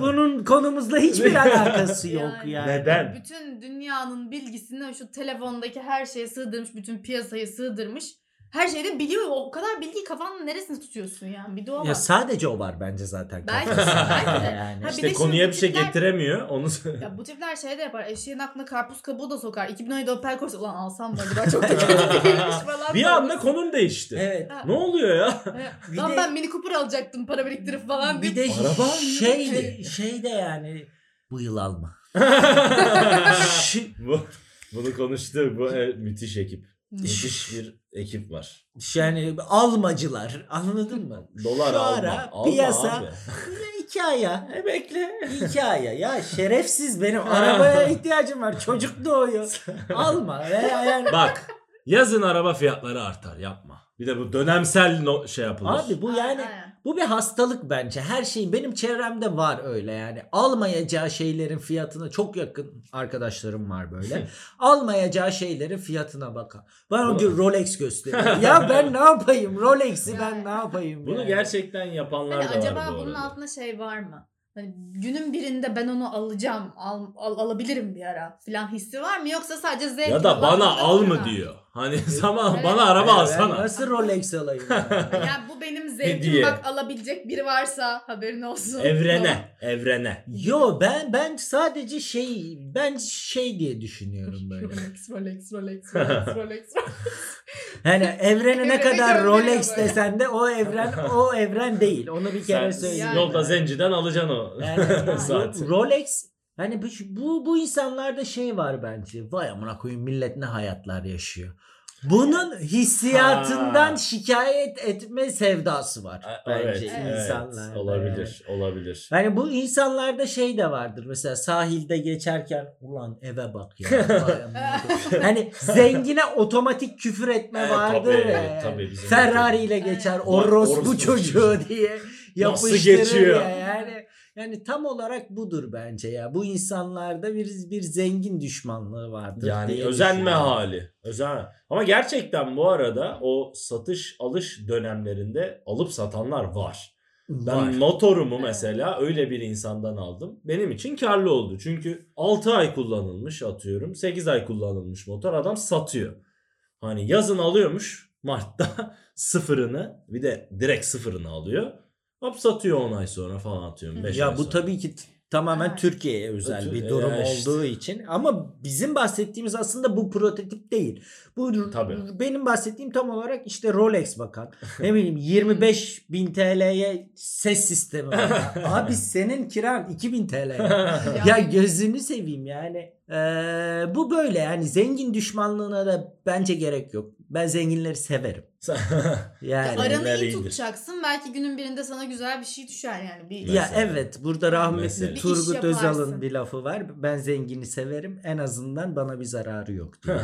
[SPEAKER 1] bunun konumuzla hiçbir alakası yok
[SPEAKER 3] Yani.
[SPEAKER 1] yani.
[SPEAKER 2] Neden?
[SPEAKER 3] Bütün dünyanın bilgisini şu telefondaki her şeye sığdırmış, bütün piyasayı sığdırmış. Her şeyi de biliyor. O kadar bilgi kafanın neresinde tutuyorsun yani? Bir de o var.
[SPEAKER 1] Ya sadece o var bence zaten
[SPEAKER 3] Belki-
[SPEAKER 1] kafasında
[SPEAKER 3] belki de.
[SPEAKER 1] yani.
[SPEAKER 3] Ha,
[SPEAKER 2] İşte
[SPEAKER 3] de
[SPEAKER 2] konuya
[SPEAKER 3] şimdi
[SPEAKER 2] bir şey
[SPEAKER 3] tipler-
[SPEAKER 2] getiremiyor. Onu söyle.
[SPEAKER 3] Ya bu tipler şey de yapar. Eşeğin aklına karpuz kabuğu da sokar. 2017 Opel Corsa. Ulan alsam mı acaba? Çok da kötü değilmiş falan.
[SPEAKER 2] bir
[SPEAKER 3] da olur.
[SPEAKER 2] anda konum değişti.
[SPEAKER 1] Evet.
[SPEAKER 3] Ha,
[SPEAKER 2] Ne oluyor ya?
[SPEAKER 3] evet.
[SPEAKER 1] Bir
[SPEAKER 3] Lan
[SPEAKER 1] de-
[SPEAKER 3] ben mini Cooper alacaktım para biriktirip falan diye.
[SPEAKER 1] Bir de
[SPEAKER 2] Araba
[SPEAKER 1] şey de,
[SPEAKER 2] mıydı?
[SPEAKER 1] şey de yani bu yıl alma.
[SPEAKER 2] Şi- bu, bunu konuştuk. Bu e, müthiş ekip. Müthiş bir ekip var.
[SPEAKER 1] Yani almacılar anladın mı?
[SPEAKER 2] Dolar
[SPEAKER 1] Şu
[SPEAKER 2] alma.
[SPEAKER 1] ara
[SPEAKER 2] alma
[SPEAKER 1] piyasa
[SPEAKER 2] abi.
[SPEAKER 1] iki aya.
[SPEAKER 2] E, bekle.
[SPEAKER 1] iki aya. Ya şerefsiz benim arabaya ihtiyacım var. Çocuk doğuyor. Alma. Veya yani
[SPEAKER 2] Bak yazın araba fiyatları artar yapma. Bir de bu dönemsel no- şey yapılır.
[SPEAKER 1] Abi bu yani
[SPEAKER 3] Aynen.
[SPEAKER 1] bu bir hastalık bence. Her şeyin benim çevremde var öyle yani. Almayacağı şeylerin fiyatına çok yakın arkadaşlarım var böyle. Almayacağı şeylerin fiyatına bakar. Bana o gün Rolex gösteriyor. ya ben ne yapayım? Rolex'i ben ne yapayım?
[SPEAKER 2] bunu
[SPEAKER 1] yani?
[SPEAKER 2] gerçekten yapanlar
[SPEAKER 3] Hani
[SPEAKER 2] da var
[SPEAKER 3] acaba
[SPEAKER 2] bu
[SPEAKER 3] bunun
[SPEAKER 2] arada.
[SPEAKER 3] altında şey var mı? Hani günün birinde ben onu alacağım, al, al- alabilirim bir ara filan hissi var mı? Yoksa sadece zevk
[SPEAKER 2] Ya da
[SPEAKER 3] mi?
[SPEAKER 2] bana
[SPEAKER 3] Ulan,
[SPEAKER 2] al
[SPEAKER 3] ulan.
[SPEAKER 2] mı diyor. Hani zaman
[SPEAKER 3] Evet.
[SPEAKER 2] bana araba
[SPEAKER 1] Ya ben
[SPEAKER 2] alsana.
[SPEAKER 1] Nasıl Rolex alayım? yani?
[SPEAKER 3] Ya bu benim zevkim
[SPEAKER 2] Hediye.
[SPEAKER 3] bak alabilecek biri varsa haberin olsun. Tamam.
[SPEAKER 2] Evrene, evrene.
[SPEAKER 1] Yo ben ben sadece şey ben şey diye düşünüyorum böyle.
[SPEAKER 3] Rolex, Rolex, Rolex, Rolex, Rolex.
[SPEAKER 1] Hani evrene ne
[SPEAKER 3] Evrene
[SPEAKER 1] kadar
[SPEAKER 3] gönderiyor
[SPEAKER 1] Rolex
[SPEAKER 3] böyle.
[SPEAKER 1] desen de o evren o evren değil. Onu bir kere
[SPEAKER 2] Sen
[SPEAKER 1] söyleyeyim.
[SPEAKER 3] Yani.
[SPEAKER 2] Yolda zenciden alacaksın o.
[SPEAKER 1] Yani hani
[SPEAKER 2] Saat.
[SPEAKER 1] Rolex hani bu, bu bu insanlarda şey var bence. Vay amına koyayım millet ne hayatlar yaşıyor. Bunun hissiyatından
[SPEAKER 2] Ha.
[SPEAKER 1] şikayet etme sevdası var
[SPEAKER 2] A-
[SPEAKER 1] bence
[SPEAKER 3] evet,
[SPEAKER 1] insanlarda.
[SPEAKER 2] olabilir, olabilir.
[SPEAKER 1] Yani bu insanlarda şey de vardır. Mesela sahilde geçerken ulan eve bak ya. vay amına koyayım." hani zengine otomatik küfür etme
[SPEAKER 2] Evet,
[SPEAKER 1] vardır
[SPEAKER 2] tabii,
[SPEAKER 1] ya. yani.
[SPEAKER 2] tabii bizim
[SPEAKER 1] Ferrari
[SPEAKER 2] de-
[SPEAKER 1] ile geçer
[SPEAKER 3] Evet.
[SPEAKER 1] orospu
[SPEAKER 2] Orospu
[SPEAKER 1] çocuğu
[SPEAKER 2] çocuğu.
[SPEAKER 1] diye
[SPEAKER 2] Nasıl
[SPEAKER 1] yapıştırır
[SPEAKER 2] geçiyor?
[SPEAKER 1] ya yani. Yani tam olarak budur bence ya. Bu insanlarda bir bir zengin düşmanlığı vardır.
[SPEAKER 2] Yani
[SPEAKER 1] diye
[SPEAKER 2] özenme
[SPEAKER 1] düşünüyorum.
[SPEAKER 2] hali. Özen. Ama gerçekten bu arada o satış alış dönemlerinde alıp satanlar var. Ben
[SPEAKER 1] Var.
[SPEAKER 2] motorumu
[SPEAKER 3] Evet.
[SPEAKER 2] mesela öyle bir insandan aldım. Benim için karlı oldu. Çünkü 6 ay kullanılmış atıyorum. 8 ay kullanılmış motor adam satıyor. Hani yazın alıyormuş Mart'ta sıfırını bir de direkt sıfırını alıyor. Hop satıyor 10 ay sonra falan atıyorum.
[SPEAKER 3] Hı.
[SPEAKER 2] beş ay
[SPEAKER 1] Ya bu
[SPEAKER 2] sonra.
[SPEAKER 1] tabii ki t- tamamen
[SPEAKER 3] Ha.
[SPEAKER 1] Türkiye'ye özel
[SPEAKER 2] Ötü-
[SPEAKER 1] bir durum
[SPEAKER 2] Ya işte.
[SPEAKER 1] olduğu için ama bizim bahsettiğimiz aslında bu prototip değil. Bu
[SPEAKER 2] Tabii.
[SPEAKER 1] benim bahsettiğim tam olarak işte Rolex bakan. Ne bileyim 25 bin TL'ye ses sistemi. var. Abi senin kiran 2000 TL. Ya
[SPEAKER 3] Yani-
[SPEAKER 1] gözünü seveyim yani. Ee, bu böyle yani zengin düşmanlığına da bence gerek yok. Ben zenginleri severim. Yani.
[SPEAKER 3] Ya aranı iyi
[SPEAKER 2] Zenginler
[SPEAKER 3] tutacaksın. Belki günün birinde sana güzel bir şey düşer yani. Bir
[SPEAKER 1] Ya
[SPEAKER 2] Mesela.
[SPEAKER 1] evet burada rahmetli
[SPEAKER 2] Mesela. Bir iş
[SPEAKER 1] Turgut
[SPEAKER 3] yaparsın.
[SPEAKER 1] Özal'ın bir lafı var. Ben zengini severim en azından bana bir zararı yok diyor.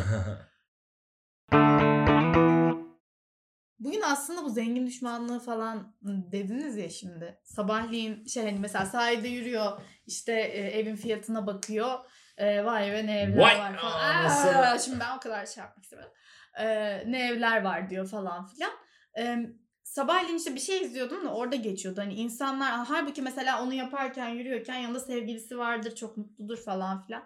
[SPEAKER 3] Bugün aslında bu zengin düşmanlığı falan dediniz ya şimdi. Sabahleyin şey hani mesela sahilde yürüyor. işte e, evin fiyatına bakıyor. E, vay be ne evler
[SPEAKER 2] Vay
[SPEAKER 3] var falan.
[SPEAKER 2] anasını.
[SPEAKER 3] Aa, şimdi ben o kadar şey yapmak istemiyorum. E, ne evler var diyor falan filan. E, sabahleyin işte bir şey izliyordum da orada geçiyordu. Hani insanlar halbuki mesela onu yaparken yürüyorken yanında sevgilisi vardır çok mutludur falan filan.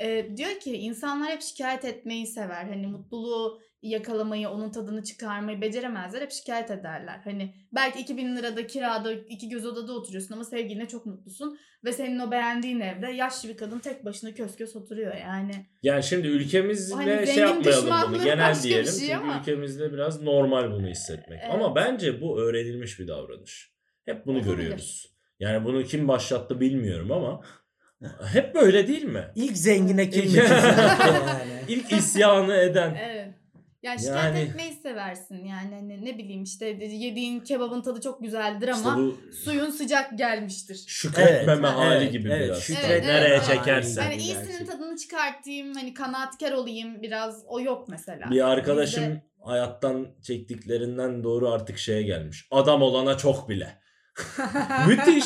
[SPEAKER 3] E, diyor ki insanlar hep şikayet etmeyi sever. Hani mutluluğu yakalamayı, onun tadını çıkarmayı beceremezler. Hep şikayet ederler. Hani belki 2000 lirada kirada iki göz odada oturuyorsun ama sevgiline çok mutlusun. Ve senin o beğendiğin evde yaşlı bir kadın tek başına kös kös oturuyor yani.
[SPEAKER 2] yani şimdi ülkemizle
[SPEAKER 3] Hani zengin
[SPEAKER 2] şey yapmayalım bunu.
[SPEAKER 3] düşmanlığı
[SPEAKER 2] Genel
[SPEAKER 3] başka bir
[SPEAKER 2] diyelim.
[SPEAKER 3] şey
[SPEAKER 2] çünkü
[SPEAKER 3] ama-
[SPEAKER 2] ülkemizde biraz normal bunu hissetmek.
[SPEAKER 3] Evet.
[SPEAKER 2] Ama bence bu öğrenilmiş bir davranış. Hep bunu
[SPEAKER 3] Olabilir.
[SPEAKER 2] görüyoruz. Yani bunu kim başlattı bilmiyorum ama hep böyle değil mi?
[SPEAKER 1] İlk zengine kim
[SPEAKER 2] Ya.
[SPEAKER 1] nüfus yaptı yani?
[SPEAKER 2] İlk isyanı eden.
[SPEAKER 3] Evet. Yani şikayet
[SPEAKER 2] Yani-
[SPEAKER 3] etmeyi seversin yani hani ne bileyim işte yediğin kebabın tadı çok güzeldir
[SPEAKER 2] İşte
[SPEAKER 3] ama
[SPEAKER 2] bu
[SPEAKER 3] suyun sıcak gelmiştir.
[SPEAKER 2] şükretmeme hali
[SPEAKER 1] evet,
[SPEAKER 2] gibi
[SPEAKER 1] evet,
[SPEAKER 2] biraz.
[SPEAKER 1] şükret-
[SPEAKER 3] Evet,
[SPEAKER 2] Nereye
[SPEAKER 3] evet.
[SPEAKER 2] çekersen.
[SPEAKER 3] Yani
[SPEAKER 1] bir
[SPEAKER 3] Hani iyisinin
[SPEAKER 1] gerçek.
[SPEAKER 3] tadını çıkartayım hani kanaatkar olayım biraz o yok mesela.
[SPEAKER 2] Bir arkadaşım
[SPEAKER 3] Bizde-
[SPEAKER 2] hayattan çektiklerinden doğru artık şeye gelmiş. Adam olana çok bile. müthiş.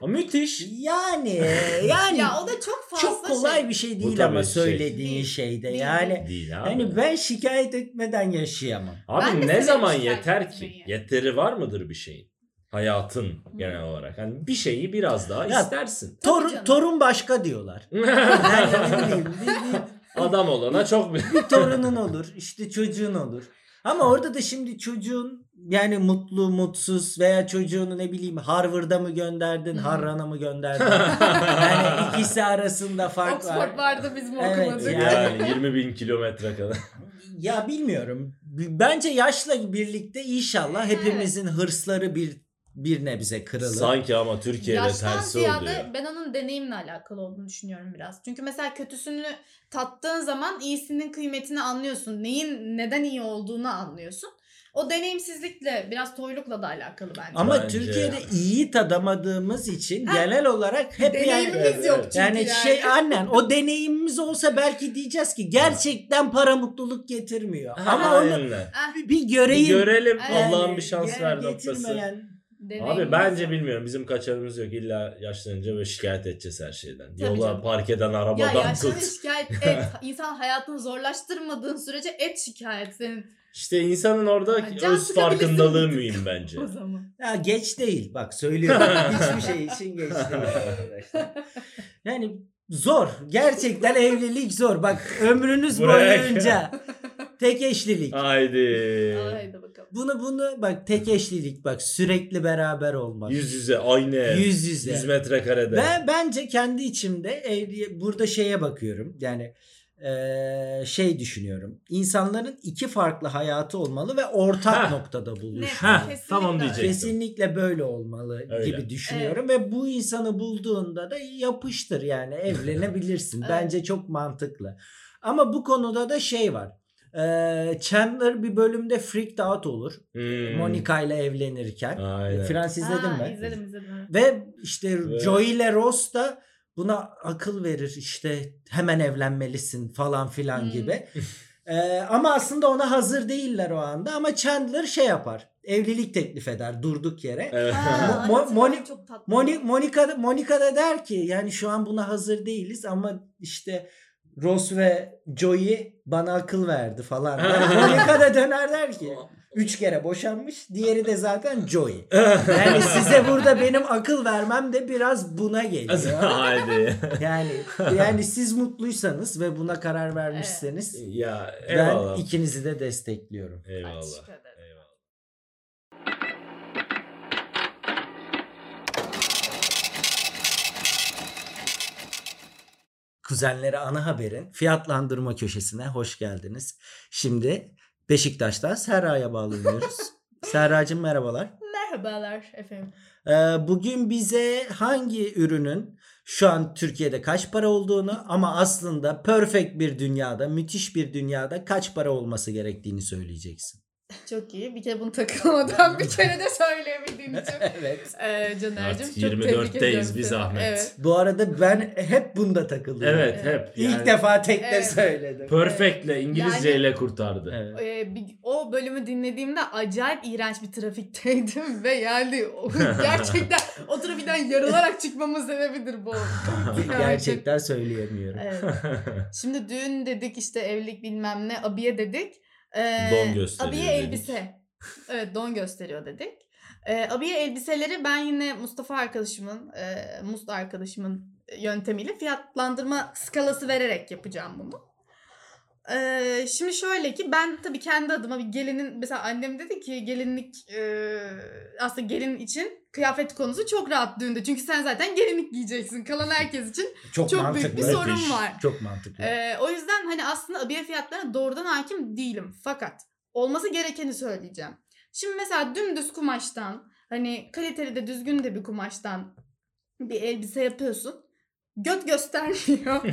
[SPEAKER 2] Ha, müthiş.
[SPEAKER 1] Yani yani
[SPEAKER 3] ya o da çok fazla
[SPEAKER 1] çok kolay
[SPEAKER 3] şey.
[SPEAKER 1] bir şey
[SPEAKER 2] Bu
[SPEAKER 1] değil
[SPEAKER 2] tabii
[SPEAKER 1] ama
[SPEAKER 2] şey.
[SPEAKER 1] söylediğin
[SPEAKER 3] Değil.
[SPEAKER 1] şeyde
[SPEAKER 3] Değil.
[SPEAKER 1] yani
[SPEAKER 2] Değil abi.
[SPEAKER 1] hani ben şikayet etmeden yaşayamam.
[SPEAKER 3] Ben de
[SPEAKER 2] abi ne
[SPEAKER 3] severim
[SPEAKER 2] zaman
[SPEAKER 3] şikayet
[SPEAKER 2] yeter ki?
[SPEAKER 3] etmeyi.
[SPEAKER 2] Yeteri var mıdır bir şeyin? Hayatın genel olarak. Hani bir şeyi biraz daha
[SPEAKER 1] Ya-
[SPEAKER 2] istersin.
[SPEAKER 3] Tabii
[SPEAKER 1] Torun,
[SPEAKER 3] canım.
[SPEAKER 1] torun başka diyorlar. Yani ne bileyim, bir- bir-
[SPEAKER 2] Adam olana çok bile.
[SPEAKER 1] bir torunun olur, işte çocuğun olur. Ama orada da şimdi çocuğun yani mutlu, mutsuz veya çocuğunu ne bileyim Harvard'a mı gönderdin,
[SPEAKER 3] Hı.
[SPEAKER 1] Harran'a mı gönderdin? yani ikisi arasında fark
[SPEAKER 3] Oxford
[SPEAKER 1] var.
[SPEAKER 3] vardı bizim
[SPEAKER 1] Evet,
[SPEAKER 3] okumadık.
[SPEAKER 2] Yani 20 bin kilometre kadar.
[SPEAKER 1] Ya bilmiyorum. B- Bence yaşla birlikte inşallah hepimizin hırsları bir bir nebze kırılır.
[SPEAKER 2] Sanki ama Türkiye'de
[SPEAKER 3] Yaştan
[SPEAKER 2] tersi
[SPEAKER 3] ziyade
[SPEAKER 2] oluyor.
[SPEAKER 3] ben onun deneyimle alakalı olduğunu düşünüyorum biraz. Çünkü mesela kötüsünü tattığın zaman iyisinin kıymetini anlıyorsun. Neyin neden iyi olduğunu anlıyorsun. O deneyimsizlikle biraz toylukla da alakalı bence.
[SPEAKER 1] Ama
[SPEAKER 2] Bence-
[SPEAKER 1] Türkiye'de iyi tadamadığımız için
[SPEAKER 3] Ha.
[SPEAKER 1] genel olarak hep yani
[SPEAKER 3] deneyimimiz
[SPEAKER 2] Evet,
[SPEAKER 3] yok
[SPEAKER 2] evet.
[SPEAKER 3] çünkü
[SPEAKER 1] Yani
[SPEAKER 3] yani.
[SPEAKER 1] şey annen o deneyimimiz olsa belki diyeceğiz ki gerçekten para mutluluk getirmiyor. Ama onu
[SPEAKER 2] Aynen.
[SPEAKER 3] Ah,
[SPEAKER 1] bir, bir göreyim.
[SPEAKER 2] Bir görelim
[SPEAKER 3] Yani,
[SPEAKER 2] Allah'ın bir şans ver noktası.
[SPEAKER 1] getirmeyen-
[SPEAKER 3] deneyimimiz
[SPEAKER 2] Abi bence
[SPEAKER 3] yok.
[SPEAKER 2] bilmiyorum. Bizim kaçarımız yok. İlla yaşlanınca böyle şikayet edeceğiz her şeyden.
[SPEAKER 3] Tabii
[SPEAKER 2] Yola,
[SPEAKER 3] canım.
[SPEAKER 2] park eden
[SPEAKER 3] ya
[SPEAKER 2] arabadan
[SPEAKER 3] yaşlanınca
[SPEAKER 2] tut.
[SPEAKER 3] şikayet et. İnsan hayatını zorlaştırmadığın sürece et şikayet senin
[SPEAKER 2] İşte insanın orada
[SPEAKER 3] Ya can
[SPEAKER 2] öz
[SPEAKER 3] sıkabilirsin.
[SPEAKER 2] farkındalığı mühim
[SPEAKER 1] Şey,
[SPEAKER 2] bence.
[SPEAKER 3] o zaman.
[SPEAKER 1] Ya geç değil bak söylüyorum. Hiçbir şey için geç değil arkadaşlar. Yani zor. Gerçekten evlilik zor. Bak ömrünüz
[SPEAKER 2] Buraya-
[SPEAKER 1] boyunca tek eşlilik. e,
[SPEAKER 2] Haydi.
[SPEAKER 3] Haydi bakalım.
[SPEAKER 1] Bunu bunu bak tek eşlilik bak sürekli beraber olmak.
[SPEAKER 2] Yüz yüze aynı ev. Yüz,
[SPEAKER 1] Yüz yüze.
[SPEAKER 2] metrekarede.
[SPEAKER 1] Ben bence kendi içimde evliye burada şeye bakıyorum. Yani eee, şey düşünüyorum. İnsanların iki farklı hayatı olmalı ve ortak
[SPEAKER 2] Heh.
[SPEAKER 1] noktada
[SPEAKER 3] Ne?
[SPEAKER 1] buluşmalı.
[SPEAKER 2] Ha,
[SPEAKER 3] Kesinlikle
[SPEAKER 2] tamam
[SPEAKER 3] öyle.
[SPEAKER 2] diyecektim.
[SPEAKER 1] Kesinlikle böyle olmalı
[SPEAKER 2] Öyle.
[SPEAKER 1] gibi düşünüyorum ve bu insanı bulduğunda da yapıştır yani evlenebilirsin.
[SPEAKER 3] Evet.
[SPEAKER 1] Bence çok mantıklı. Ama bu konuda da şey var. Eee Chandler bir bölümde freaked out olur.
[SPEAKER 2] Hmm.
[SPEAKER 1] Monica ile evlenirken.
[SPEAKER 2] Aynen.
[SPEAKER 1] Frans izledin
[SPEAKER 3] Ha,
[SPEAKER 1] mi?
[SPEAKER 3] İzledim izledim.
[SPEAKER 1] Ve işte
[SPEAKER 2] Ve-
[SPEAKER 1] Joey ile Ross da buna akıl verir işte hemen evlenmelisin falan filan
[SPEAKER 3] Hmm.
[SPEAKER 1] gibi. Ee, ama aslında ona hazır değiller o anda ama Chandler şey yapar evlilik teklif eder durduk yere.
[SPEAKER 2] Evet.
[SPEAKER 3] Ha,
[SPEAKER 1] Mo-
[SPEAKER 3] ay,
[SPEAKER 1] Moni-
[SPEAKER 3] çok tatlı.
[SPEAKER 1] Moni, Monica, da- Monica da der ki yani şu an buna hazır değiliz ama işte Ross ve Joey bana akıl verdi falan. der. Monica da döner der ki üç kere boşanmış diğeri de zaten Joey. Yani size burada benim akıl vermem de biraz buna geliyor.
[SPEAKER 2] Haydi.
[SPEAKER 1] Yani yani siz mutluysanız ve buna karar vermişseniz
[SPEAKER 2] ya
[SPEAKER 1] ben
[SPEAKER 2] eyvallah.
[SPEAKER 1] ikinizi de destekliyorum.
[SPEAKER 3] Ay,
[SPEAKER 2] Eyvallah.
[SPEAKER 3] teşekkür ederim.
[SPEAKER 2] Eyvallah.
[SPEAKER 1] Kuzenleri Ana Haber'in fiyatlandırma köşesine hoş geldiniz. Şimdi Beşiktaş'tan Serra'ya bağlanıyoruz. Serra'cığım merhabalar.
[SPEAKER 3] Merhabalar efendim.
[SPEAKER 1] Ee, Bugün bize hangi ürünün şu an Türkiye'de kaç para olduğunu ama aslında perfect bir dünyada, müthiş bir dünyada kaç para olması gerektiğini söyleyeceksin.
[SPEAKER 3] Çok iyi. Bir kere bunu takılmadan bir kere de söyleyebildiğin için.
[SPEAKER 1] Evet.
[SPEAKER 3] Ee, Caner'cim
[SPEAKER 2] Artık
[SPEAKER 3] çok tebrik ediyorum.
[SPEAKER 2] 24'teyiz bir
[SPEAKER 3] seni.
[SPEAKER 2] zahmet.
[SPEAKER 3] Evet.
[SPEAKER 1] Bu arada ben hep bunda takılıyorum.
[SPEAKER 2] Evet hep.
[SPEAKER 1] İlk
[SPEAKER 2] yani
[SPEAKER 1] defa tekne
[SPEAKER 3] Evet.
[SPEAKER 1] söyledim.
[SPEAKER 2] Perfect'le İngilizceyle kurtardı.
[SPEAKER 1] Evet.
[SPEAKER 3] Ee, bir- o bölümü dinlediğimde acayip iğrenç bir trafikteydim ve yani o- gerçekten o trafikten yarılarak çıkmamın sebebidir bu.
[SPEAKER 1] Gerçekten söyleyemiyorum.
[SPEAKER 3] Evet. Şimdi düğün dedik işte evlilik bilmem ne abiye dedik. Ee,
[SPEAKER 2] Don gösteriyor
[SPEAKER 3] Abiye
[SPEAKER 2] dedik.
[SPEAKER 3] elbise. Evet don gösteriyor dedik. Ee, abiye elbiseleri ben yine Mustafa arkadaşımın, e, Musta arkadaşımın yöntemiyle fiyatlandırma skalası vererek yapacağım bunu. Ee, şimdi şöyle ki ben tabii kendi adıma bir gelinin mesela annem dedi ki gelinlik e, aslında gelin için kıyafet konusu çok rahat düğünde. Çünkü sen zaten gelinlik giyeceksin. Kalan herkes için
[SPEAKER 1] Çok,
[SPEAKER 3] çok
[SPEAKER 1] mantıklı.
[SPEAKER 3] büyük bir
[SPEAKER 2] Müthiş.
[SPEAKER 3] sorun var.
[SPEAKER 1] Çok mantıklı.
[SPEAKER 3] Ee, o yüzden hani aslında abiye fiyatlarına doğrudan hakim değilim. Fakat olması gerekeni söyleyeceğim. Şimdi mesela dümdüz kumaştan hani kaliteli de düzgün de bir kumaştan bir elbise yapıyorsun. Göt göstermiyor.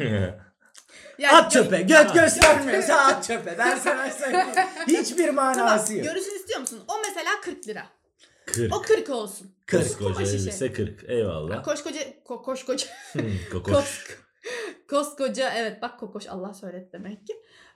[SPEAKER 3] Yani
[SPEAKER 1] At
[SPEAKER 3] gö-
[SPEAKER 1] çöpe. Göt
[SPEAKER 2] Ha.
[SPEAKER 1] göstermiyorsa at çöpe. Ben sana söyleyeyim. Hiçbir
[SPEAKER 3] Tamam
[SPEAKER 1] manası yok.
[SPEAKER 3] görüşünü istiyor musun? O mesela 40 lira.
[SPEAKER 2] 40.
[SPEAKER 3] O 40 olsun.
[SPEAKER 1] Kırk.
[SPEAKER 2] Koskoca
[SPEAKER 3] Kumaş işi.
[SPEAKER 2] elbise 40. Eyvallah. Hmm,
[SPEAKER 3] Koşkoca, ko- koşkoca,
[SPEAKER 2] Kokoş.
[SPEAKER 3] Kos, koskoca evet bak kokoş Allah söylet demek ki.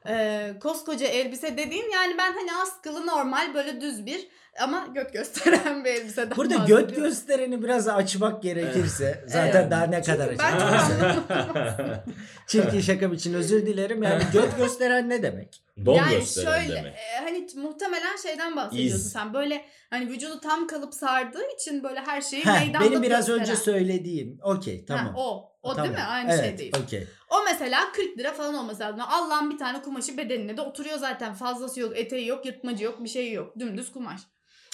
[SPEAKER 3] Ee, koskoca elbise dediğin yani ben hani askılı normal böyle düz bir ama göt gösteren bir elbiseden
[SPEAKER 1] Burada göt
[SPEAKER 3] bahsediyorum.
[SPEAKER 1] göstereni biraz açmak gerekirse
[SPEAKER 2] Evet.
[SPEAKER 1] zaten
[SPEAKER 2] Evet.
[SPEAKER 1] daha ne kadar
[SPEAKER 3] Çünkü ben çok
[SPEAKER 1] açacağız.
[SPEAKER 3] anlamadım.
[SPEAKER 1] Çirkin şakam için özür dilerim. Yani göt gösteren ne demek?
[SPEAKER 2] Don
[SPEAKER 3] yani
[SPEAKER 2] gösteren
[SPEAKER 3] şöyle
[SPEAKER 2] demek.
[SPEAKER 3] e, hani t- muhtemelen şeyden bahsediyorsun
[SPEAKER 2] İz.
[SPEAKER 3] sen böyle hani vücudu tam kalıp sardığı için böyle her şeyi
[SPEAKER 1] Heh,
[SPEAKER 3] meydanda
[SPEAKER 1] benim biraz
[SPEAKER 3] gösteren.
[SPEAKER 1] önce söylediğim. Okey
[SPEAKER 3] Ha,
[SPEAKER 1] tamam.
[SPEAKER 3] o o
[SPEAKER 1] Tamam.
[SPEAKER 3] değil mi? Aynı şey
[SPEAKER 1] Evet,
[SPEAKER 3] değil.
[SPEAKER 1] Okey.
[SPEAKER 3] O mesela 40 lira falan olması lazım. Allah'ın bir tane kumaşı bedenine de oturuyor zaten. Fazlası yok, eteği yok, yırtmacı yok, bir şey yok. Dümdüz kumaş.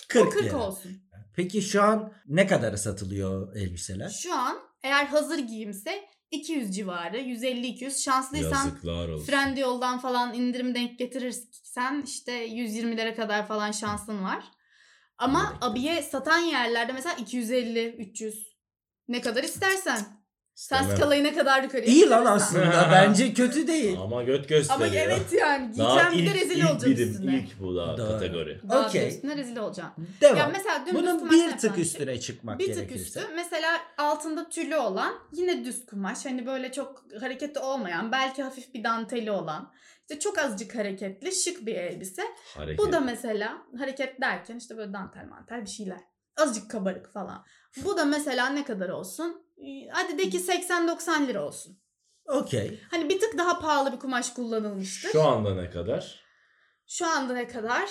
[SPEAKER 3] 40 o
[SPEAKER 1] 40
[SPEAKER 3] 40
[SPEAKER 1] lira.
[SPEAKER 3] olsun.
[SPEAKER 1] Peki şu an ne kadara satılıyor elbiseler?
[SPEAKER 3] Şu an eğer hazır giyimse 200 civarı, 150-200. Şanslıysan
[SPEAKER 2] Yazıklar olsun.
[SPEAKER 3] Trendyol'dan yoldan falan indirim denk getirirsen işte 120'lere kadar falan şansın var. Ama
[SPEAKER 2] Evet.
[SPEAKER 3] abiye satan yerlerde mesela 250-300 ne kadar istersen. Sen
[SPEAKER 2] İstemem.
[SPEAKER 3] skalayı ne kadar yukarı
[SPEAKER 1] İyi lan
[SPEAKER 3] istersen.
[SPEAKER 1] aslında. Bence kötü değil.
[SPEAKER 2] Ama göt
[SPEAKER 3] Ama
[SPEAKER 2] gösteriyor.
[SPEAKER 3] evet yani
[SPEAKER 2] Daha
[SPEAKER 3] giyeceğim bir
[SPEAKER 2] ilk,
[SPEAKER 3] de rezil
[SPEAKER 2] ilk
[SPEAKER 3] olacağım
[SPEAKER 2] birim,
[SPEAKER 3] üstüne.
[SPEAKER 2] ilk bu daha
[SPEAKER 1] Doğru.
[SPEAKER 2] kategori.
[SPEAKER 3] Daha
[SPEAKER 1] Okey.
[SPEAKER 3] okay. üstüne rezil olacağım. Ya
[SPEAKER 1] Devam.
[SPEAKER 3] mesela dümdüz
[SPEAKER 1] Bunun
[SPEAKER 3] kumaşla
[SPEAKER 1] bir
[SPEAKER 3] yapılan
[SPEAKER 1] tık
[SPEAKER 3] şey-
[SPEAKER 1] üstüne çıkmak
[SPEAKER 3] bir tık
[SPEAKER 1] gerekirse.
[SPEAKER 3] üstü. Mesela altında tülü olan yine düz kumaş. Hani böyle çok hareketli olmayan belki hafif bir danteli olan. işte çok azıcık hareketli şık bir elbise.
[SPEAKER 2] Hareket.
[SPEAKER 3] Bu da mesela hareket derken işte böyle dantel mantel bir şeyler. Azıcık kabarık falan. Bu da mesela ne kadar olsun? Ee, Hadi de ki 80-90 lira olsun.
[SPEAKER 1] Okey.
[SPEAKER 3] Hani bir tık daha pahalı bir kumaş kullanılmıştır.
[SPEAKER 2] Şu anda ne kadar?
[SPEAKER 3] Şu anda ne kadar?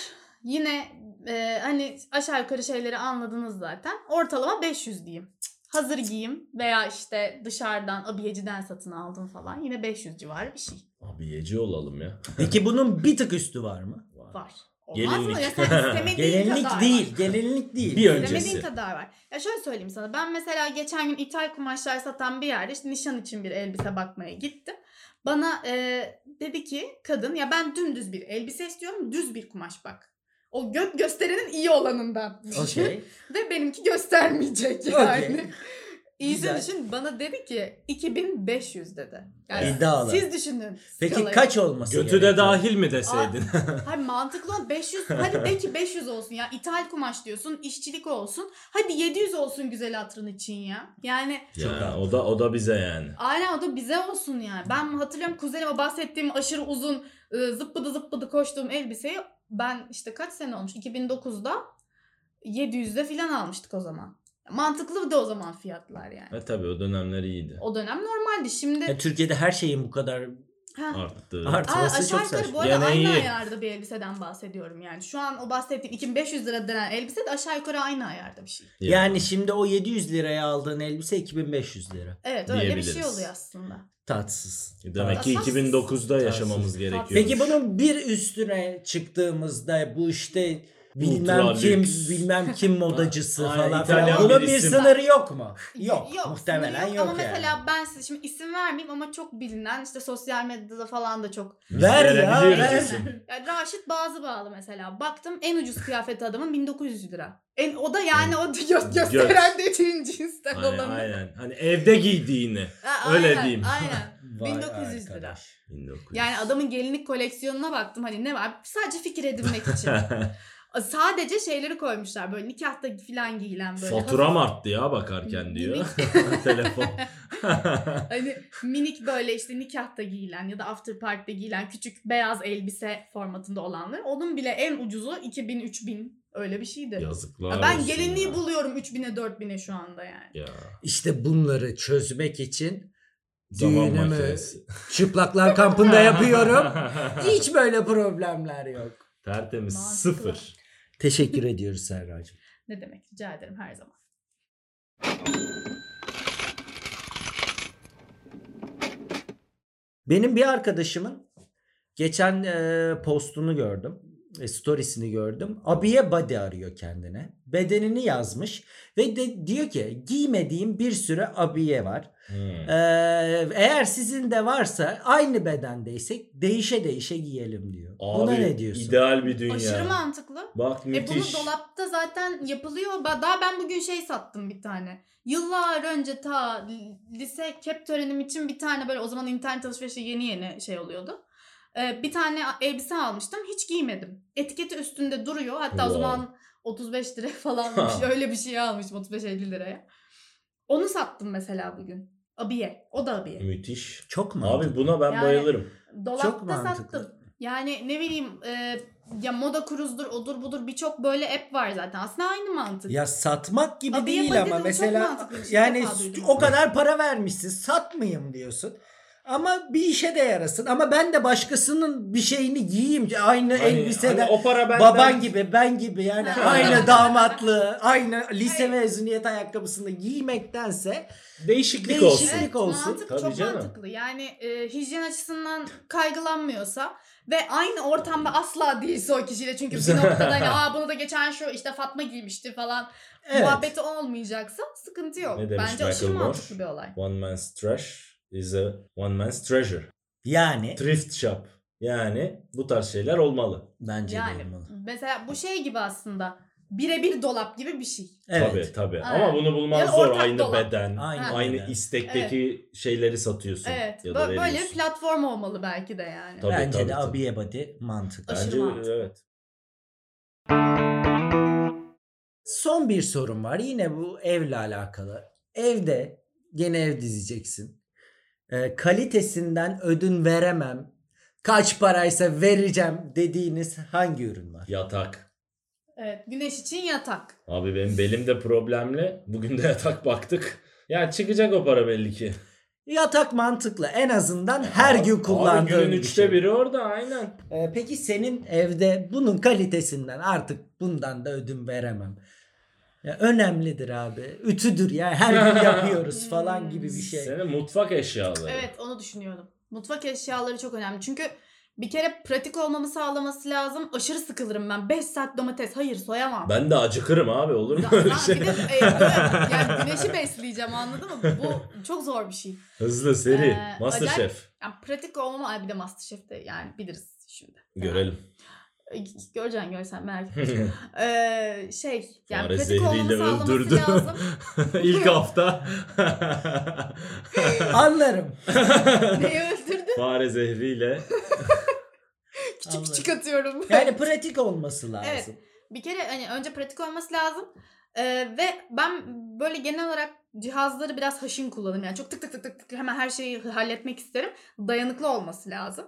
[SPEAKER 3] Yine e, hani aşağı yukarı şeyleri anladınız zaten. Ortalama 500 diyeyim. Hazır giyim veya işte dışarıdan abiyeciden satın aldım falan. Yine 500 civarı bir şey
[SPEAKER 2] Abi yeci olalım ya.
[SPEAKER 1] Peki bunun bir tık üstü var mı?
[SPEAKER 3] var. Olmaz mı?
[SPEAKER 2] Gelinlik.
[SPEAKER 3] Ya sen istemediğin kadar
[SPEAKER 1] Gelinlik
[SPEAKER 3] var.
[SPEAKER 1] değil. Gelinlik değil.
[SPEAKER 2] Bir öncesi.
[SPEAKER 3] İstemediğin kadar var. Ya şöyle söyleyeyim sana. Ben mesela geçen gün ithal kumaşlar satan bir yerde işte nişan için bir elbise bakmaya gittim. Bana e, dedi ki kadın ya ben dümdüz bir elbise istiyorum. Düz bir kumaş bak. O göt gösterinin iyi olanından.
[SPEAKER 1] Okey.
[SPEAKER 3] Ve benimki göstermeyecek yani.
[SPEAKER 1] Okey.
[SPEAKER 3] İyice
[SPEAKER 1] Güzel.
[SPEAKER 3] düşün bana dedi ki 2500 dedi. Yani
[SPEAKER 1] İddialı.
[SPEAKER 3] Siz düşünün.
[SPEAKER 1] Peki
[SPEAKER 3] skalayı.
[SPEAKER 1] kaç olması
[SPEAKER 2] Götü
[SPEAKER 1] gerekiyor?
[SPEAKER 2] de dahil mi deseydin?
[SPEAKER 3] Hayır mantıklı olan 500 hadi de ki 500 olsun ya ithal kumaş diyorsun işçilik olsun hadi 700 olsun güzel hatırın için ya yani
[SPEAKER 1] Çok
[SPEAKER 2] ya,
[SPEAKER 1] haklı.
[SPEAKER 2] o da o da bize yani.
[SPEAKER 3] aynen o da bize olsun yani ben hatırlıyorum kuzenime bahsettiğim aşırı uzun e, zıppıdı zıppıdı koştuğum elbiseyi ben işte kaç sene olmuş 2009'da 700'de filan almıştık o zaman mantıklı da o zaman fiyatlar yani
[SPEAKER 2] Ve tabii o dönemler iyiydi.
[SPEAKER 3] o dönem normaldi
[SPEAKER 1] Ya
[SPEAKER 3] şimdi
[SPEAKER 1] Türkiye'de her şeyin bu kadar
[SPEAKER 3] ha.
[SPEAKER 2] Arttı.
[SPEAKER 1] Art-
[SPEAKER 3] Aa,
[SPEAKER 1] E, Orası
[SPEAKER 3] aşağı
[SPEAKER 1] çok
[SPEAKER 3] yukarı
[SPEAKER 1] saçma.
[SPEAKER 3] bu arada
[SPEAKER 2] Yani
[SPEAKER 3] aynı
[SPEAKER 2] iyi.
[SPEAKER 3] ayarda bir elbiseden bahsediyorum yani. Şu an o bahsettiğim 2500 lira denen elbise de aşağı yukarı aynı ayarda bir şey.
[SPEAKER 2] Ya.
[SPEAKER 1] yani şimdi o 700 liraya aldığın elbise 2500 lira.
[SPEAKER 3] Evet öyle bir şey
[SPEAKER 2] Diyebiliriz.
[SPEAKER 3] oluyor aslında.
[SPEAKER 1] Tatsız.
[SPEAKER 2] E Demek ki
[SPEAKER 3] Tatsız.
[SPEAKER 2] 2009'da yaşamamız
[SPEAKER 1] Tatsız.
[SPEAKER 2] gerekiyor.
[SPEAKER 1] Peki bunun bir üstüne çıktığımızda bu işte bilmem
[SPEAKER 2] Ultra
[SPEAKER 1] kim
[SPEAKER 2] lüks.
[SPEAKER 1] bilmem kim modacısı
[SPEAKER 4] Aynen,
[SPEAKER 1] falan
[SPEAKER 4] İtalyan
[SPEAKER 1] filan. Bunun
[SPEAKER 4] bir
[SPEAKER 1] bir
[SPEAKER 4] isim.
[SPEAKER 1] sınırı yok mu? Yok,
[SPEAKER 3] sınırı
[SPEAKER 1] muhtemelen yok,
[SPEAKER 3] Ama
[SPEAKER 1] yani.
[SPEAKER 3] mesela ben size şimdi isim vermeyeyim ama çok bilinen işte sosyal medyada falan da çok.
[SPEAKER 1] Ver ya
[SPEAKER 2] Verebiliyoruz
[SPEAKER 1] ver.
[SPEAKER 2] isim.
[SPEAKER 3] Yani Raşit Bazı bağlı mesela. Baktım en ucuz kıyafet adamın 1900 lira. En, o da yani o gö- gösteren dediğin cinsten
[SPEAKER 4] Hani,
[SPEAKER 3] olanı.
[SPEAKER 4] aynen. Hani evde giydiğini.
[SPEAKER 3] Ha,
[SPEAKER 4] Öyle
[SPEAKER 3] aynen,
[SPEAKER 4] diyeyim.
[SPEAKER 3] Aynen.
[SPEAKER 1] Vay
[SPEAKER 3] 1900 lira.
[SPEAKER 1] arkadaş.
[SPEAKER 4] 1900.
[SPEAKER 3] Yani adamın gelinlik koleksiyonuna baktım hani ne var sadece fikir edinmek için. Sadece şeyleri koymuşlar böyle nikahta filan giyilen böyle.
[SPEAKER 4] Faturam arttı ya bakarken diyor. Telefon.
[SPEAKER 3] Hani minik böyle işte nikahta giyilen ya da after party'de giyilen küçük beyaz elbise formatında olanlar. Onun bile en ucuzu 2000-3000 öyle bir şeydi.
[SPEAKER 4] Yazıklar
[SPEAKER 3] Ya ben
[SPEAKER 4] olsun
[SPEAKER 3] gelinliği
[SPEAKER 4] ya.
[SPEAKER 3] buluyorum 3000'e 4000'e şu anda yani.
[SPEAKER 4] Ya.
[SPEAKER 1] İşte bunları çözmek için
[SPEAKER 2] Zaman
[SPEAKER 1] düğünümü
[SPEAKER 2] makinesi.
[SPEAKER 1] çıplaklar kampında yapıyorum. Hiç böyle problemler yok.
[SPEAKER 4] Tertemiz
[SPEAKER 3] Mantıklı.
[SPEAKER 4] sıfır.
[SPEAKER 1] Teşekkür ediyoruz Serracığım.
[SPEAKER 3] Ne demek rica ederim her zaman.
[SPEAKER 1] Benim bir arkadaşımın geçen e, postunu gördüm. E, storiesini gördüm. Abiye body arıyor kendine. Bedenini yazmış ve de, diyor ki giymediğim bir sürü abiye var.
[SPEAKER 2] Hmm.
[SPEAKER 1] E, eğer sizin de varsa aynı bedendeysek değişe değişe giyelim diyor. Buna ne diyorsun?
[SPEAKER 2] ideal bir dünya.
[SPEAKER 3] Aşırı mantıklı.
[SPEAKER 2] Bak
[SPEAKER 3] E bunu
[SPEAKER 2] müthiş.
[SPEAKER 3] dolapta zaten yapılıyor. Ba- Daha ben bugün şey sattım bir tane. Yıllar önce ta li- lise kep törenim için bir tane böyle o zaman internet alışverişi yeni yeni şey oluyordu. Ee, bir tane a- elbise almıştım. Hiç giymedim. Etiketi üstünde duruyor. Hatta o
[SPEAKER 2] Wow.
[SPEAKER 3] zaman 35 lira falan bir şey- öyle bir şey almıştım 35-50 liraya. Onu sattım mesela bugün. Abiye. O da abiye.
[SPEAKER 2] müthiş.
[SPEAKER 1] Çok mu?
[SPEAKER 2] Abi buna ben
[SPEAKER 3] Yani-
[SPEAKER 2] bayılırım.
[SPEAKER 1] Çok
[SPEAKER 3] Dolapta
[SPEAKER 1] mantıklı.
[SPEAKER 3] sattım. Yani ne bileyim e, ya moda kruzdur odur budur birçok böyle app var zaten. Aslında aynı mantık.
[SPEAKER 1] Ya satmak gibi
[SPEAKER 3] Abiye body
[SPEAKER 1] değil
[SPEAKER 3] de
[SPEAKER 1] ama
[SPEAKER 3] çok
[SPEAKER 1] mesela
[SPEAKER 3] mantıklı bir şey.
[SPEAKER 1] yani
[SPEAKER 3] İlk defa duydum.
[SPEAKER 1] o kadar para vermişsin satmayayım diyorsun. Ama bir işe de yarasın. Ama ben de başkasının bir şeyini giyeyim. Aynı
[SPEAKER 2] Hani-
[SPEAKER 1] elbiseden.
[SPEAKER 2] hani o para benden
[SPEAKER 1] Baban gibi ben gibi yani
[SPEAKER 3] Ha.
[SPEAKER 1] aynı damatlığı aynı lise
[SPEAKER 3] Evet.
[SPEAKER 1] mezuniyet ayakkabısını giymektense
[SPEAKER 2] değişiklik,
[SPEAKER 1] Değişik-
[SPEAKER 2] olsun.
[SPEAKER 1] Değişiklik olsun.
[SPEAKER 3] mantık
[SPEAKER 2] Tabii
[SPEAKER 3] çok
[SPEAKER 2] canım.
[SPEAKER 3] mantıklı. Yani e, hijyen açısından kaygılanmıyorsa ve aynı ortamda asla değilse o kişiyle çünkü bir noktada hani aa bunu da geçen şu işte Fatma giymişti falan
[SPEAKER 1] evet.
[SPEAKER 3] muhabbeti olmayacaksa sıkıntı yok.
[SPEAKER 2] Ne demiş
[SPEAKER 3] Bence aşırı
[SPEAKER 2] Michael Moore?
[SPEAKER 3] mantıklı bir olay.
[SPEAKER 2] One man's trash is a one man's treasure.
[SPEAKER 1] Yani
[SPEAKER 2] Thrift shop. Yani bu tarz şeyler olmalı.
[SPEAKER 1] bence de
[SPEAKER 3] Yani
[SPEAKER 1] olmalı.
[SPEAKER 3] mesela bu şey gibi aslında birebir dolap gibi bir şey.
[SPEAKER 1] Evet.
[SPEAKER 2] Tabii tabii.
[SPEAKER 3] Aynen.
[SPEAKER 2] Ama bunu bulman
[SPEAKER 3] Ya da
[SPEAKER 2] zor.
[SPEAKER 3] ortak
[SPEAKER 2] Aynı
[SPEAKER 3] dolap.
[SPEAKER 2] beden,
[SPEAKER 1] Aynı
[SPEAKER 2] aynı,
[SPEAKER 1] beden.
[SPEAKER 2] istekteki şeyleri satıyorsun
[SPEAKER 3] Evet.
[SPEAKER 2] ya
[SPEAKER 3] bö-
[SPEAKER 2] da
[SPEAKER 3] böyle bir
[SPEAKER 2] veriyorsun.
[SPEAKER 3] platform olmalı belki de yani.
[SPEAKER 2] Tabii,
[SPEAKER 1] bence
[SPEAKER 2] tabii,
[SPEAKER 1] de
[SPEAKER 2] tabii.
[SPEAKER 1] abiye body mantıklı.
[SPEAKER 3] Aşırı
[SPEAKER 2] Bence
[SPEAKER 3] mantıklı.
[SPEAKER 2] evet.
[SPEAKER 1] Son bir sorum var. Yine bu evle alakalı. Evde yeni ev dizeceksin. Ee, kalitesinden ödün veremem. Kaç paraysa vereceğim dediğiniz hangi ürün var?
[SPEAKER 2] Yatak.
[SPEAKER 3] Evet, güneş için yatak.
[SPEAKER 2] Abi benim belim de problemli. Bugün de yatak baktık. Ya çıkacak o para belli ki.
[SPEAKER 1] Yatak mantıklı. En azından her
[SPEAKER 2] E, Abi-
[SPEAKER 1] gün kullandığın
[SPEAKER 2] Abi günün
[SPEAKER 1] bir
[SPEAKER 2] üçte
[SPEAKER 1] şey.
[SPEAKER 2] biri orada aynen.
[SPEAKER 1] Ee, peki senin evde bunun kalitesinden artık bundan da ödün veremem. Ya önemlidir abi. Ütüdür ya. Her gün yapıyoruz falan gibi bir şey.
[SPEAKER 2] Senin mutfak eşyaları.
[SPEAKER 3] Evet, onu düşünüyordum. Mutfak eşyaları çok önemli. Çünkü bir kere pratik olmamı sağlaması lazım. Aşırı sıkılırım ben. 5 saat domates. Hayır, soyamam.
[SPEAKER 2] Ben de acıkırım abi olur mu
[SPEAKER 3] Ya-
[SPEAKER 2] öyle
[SPEAKER 3] ya
[SPEAKER 2] şey?
[SPEAKER 3] Bir de e, böyle- yani güneşi besleyeceğim anladın mı? Bu çok zor bir şey.
[SPEAKER 2] Hızlı seri.
[SPEAKER 3] Ee,
[SPEAKER 2] Masterchef.
[SPEAKER 3] Yani pratik olmama Ay, bir de Masterchef'te yani biliriz şimdi.
[SPEAKER 2] Görelim.
[SPEAKER 3] E, Göreceksin görsen merak etme. Ee, şey yani
[SPEAKER 2] Fare
[SPEAKER 3] pratik olmamı
[SPEAKER 2] zehriyle
[SPEAKER 3] sağlaması
[SPEAKER 2] öldürdü.
[SPEAKER 3] lazım.
[SPEAKER 2] İlk hafta
[SPEAKER 1] Anlarım.
[SPEAKER 3] Neyi öldürdü?
[SPEAKER 2] fare zehriyle
[SPEAKER 3] Küçük
[SPEAKER 1] Anladım.
[SPEAKER 3] küçük atıyorum.
[SPEAKER 1] Yani pratik olması lazım.
[SPEAKER 3] Evet. bir kere hani önce pratik olması lazım. Ee, ve ben böyle genel olarak cihazları biraz haşin kullanırım. Yani çok tık tık tık tık tık hemen her şeyi halletmek isterim. Dayanıklı olması lazım.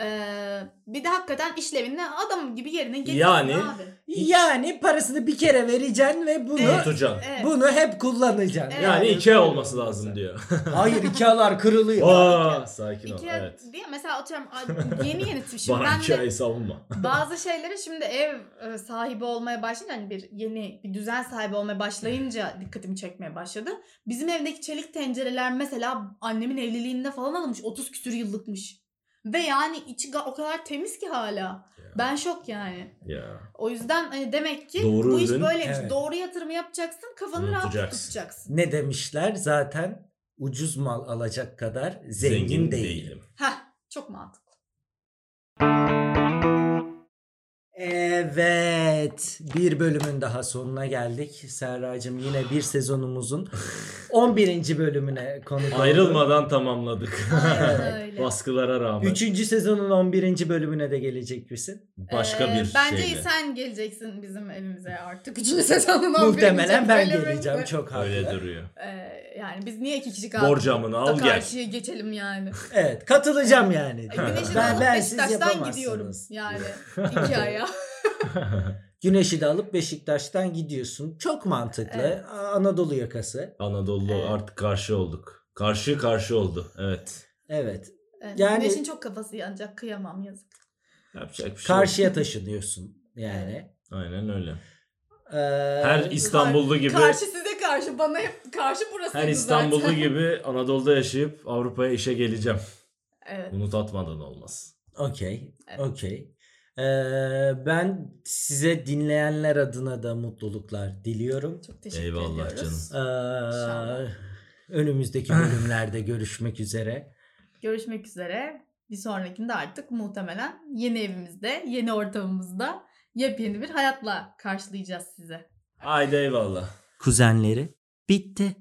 [SPEAKER 3] Ee, bir de hakikaten işlevini adam gibi yerine getirin
[SPEAKER 2] Yani-
[SPEAKER 3] abi.
[SPEAKER 1] Yani parasını bir kere vereceksin ve bunu
[SPEAKER 3] Evet.
[SPEAKER 2] tutacaksın.
[SPEAKER 3] Evet.
[SPEAKER 1] bunu hep kullanacaksın.
[SPEAKER 3] Evet.
[SPEAKER 2] Yani
[SPEAKER 1] iki
[SPEAKER 2] Ikea olması lazım diyor.
[SPEAKER 1] Hayır Ikea'lar kırılıyor.
[SPEAKER 2] Aa, sakin ol.
[SPEAKER 3] İki
[SPEAKER 2] Evet.
[SPEAKER 3] diye mesela atıyorum a- yeni yeni şimdi
[SPEAKER 2] Bana
[SPEAKER 3] ben de
[SPEAKER 2] Ikea'yı savunma.
[SPEAKER 3] bazı şeyleri şimdi ev e, sahibi olmaya başlayınca hani bir yeni bir düzen sahibi olmaya başlayınca dikkatimi çekmeye başladı. Bizim evdeki çelik tencereler mesela annemin evliliğinde falan alınmış 30 küsür yıllıkmış. Ve yani içi ga- o kadar temiz ki hala. Ben şok yani.
[SPEAKER 2] Ya.
[SPEAKER 3] O yüzden hani demek ki
[SPEAKER 2] Doğru
[SPEAKER 3] bu iş
[SPEAKER 2] ürün,
[SPEAKER 3] böyleymiş.
[SPEAKER 1] evet.
[SPEAKER 3] Doğru yatırımı yapacaksın, kafanı rahat
[SPEAKER 2] Unutacaksın.
[SPEAKER 3] tutacaksın.
[SPEAKER 1] Ne demişler zaten ucuz mal alacak kadar zengin, değilim.
[SPEAKER 3] Heh, çok mantıklı.
[SPEAKER 1] Evet. Bir bölümün daha sonuna geldik. Serracığım yine bir sezonumuzun 11. bölümüne konuk olduk.
[SPEAKER 2] Ayrılmadan tamamladık.
[SPEAKER 3] Aynen öyle.
[SPEAKER 2] Baskılara rağmen.
[SPEAKER 1] Üçüncü sezonun 11. bölümüne de gelecek misin?
[SPEAKER 2] Başka
[SPEAKER 3] Ee,
[SPEAKER 2] bir
[SPEAKER 3] Bence
[SPEAKER 2] şeyle.
[SPEAKER 3] sen geleceksin bizim evimize artık. Üçüncü sezonun on
[SPEAKER 1] Muhtemelen
[SPEAKER 3] birinci
[SPEAKER 1] ben
[SPEAKER 3] bölümünde.
[SPEAKER 1] geleceğim. Çok
[SPEAKER 2] Öyle
[SPEAKER 1] haklı.
[SPEAKER 2] duruyor.
[SPEAKER 3] Ee, yani biz niye iki kişi kaldık?
[SPEAKER 2] Borcamını
[SPEAKER 3] Da
[SPEAKER 2] al gel.
[SPEAKER 3] Karşıya geçelim yani.
[SPEAKER 1] Evet. Katılacağım yani.
[SPEAKER 3] Ay, Güneşi de
[SPEAKER 1] ben
[SPEAKER 3] alıp
[SPEAKER 1] bensiz
[SPEAKER 3] Beşiktaş'tan
[SPEAKER 1] yapamazsınız.
[SPEAKER 3] gidiyorum yani. İki aya.
[SPEAKER 1] Güneşi de alıp Beşiktaş'tan gidiyorsun. Çok mantıklı.
[SPEAKER 3] Evet.
[SPEAKER 1] A- Anadolu yakası.
[SPEAKER 2] Anadolu
[SPEAKER 3] Evet.
[SPEAKER 2] artık karşı olduk. Karşı karşı oldu. Evet.
[SPEAKER 1] Evet.
[SPEAKER 3] Evet,
[SPEAKER 1] Yani-
[SPEAKER 3] Güneşin çok kafası yanacak. Kıyamam yazık.
[SPEAKER 2] Yapacak bir şey. yok.
[SPEAKER 1] Karşıya taşınıyorsun yani.
[SPEAKER 2] Aynen öyle.
[SPEAKER 1] Ee,
[SPEAKER 2] Her İstanbullu gibi
[SPEAKER 3] Karşı size karşı. Bana hep karşı burası.
[SPEAKER 2] her İstanbullu gibi Anadolu'da yaşayıp Avrupa'ya işe geleceğim.
[SPEAKER 3] Evet.
[SPEAKER 2] Bunu tatmadan olmaz.
[SPEAKER 1] Okey.
[SPEAKER 3] Evet.
[SPEAKER 1] Okey. Ee, ben size dinleyenler adına da mutluluklar diliyorum.
[SPEAKER 3] Çok teşekkür
[SPEAKER 2] Eyvallah
[SPEAKER 3] ediyoruz.
[SPEAKER 1] Ee,
[SPEAKER 2] canım.
[SPEAKER 3] İnşallah.
[SPEAKER 1] önümüzdeki bölümlerde görüşmek üzere.
[SPEAKER 3] Görüşmek üzere. Bir sonrakinde artık muhtemelen yeni evimizde, yeni ortamımızda yepyeni bir hayatla karşılayacağız sizi.
[SPEAKER 2] Haydi eyvallah.
[SPEAKER 1] Kuzenleri bitti.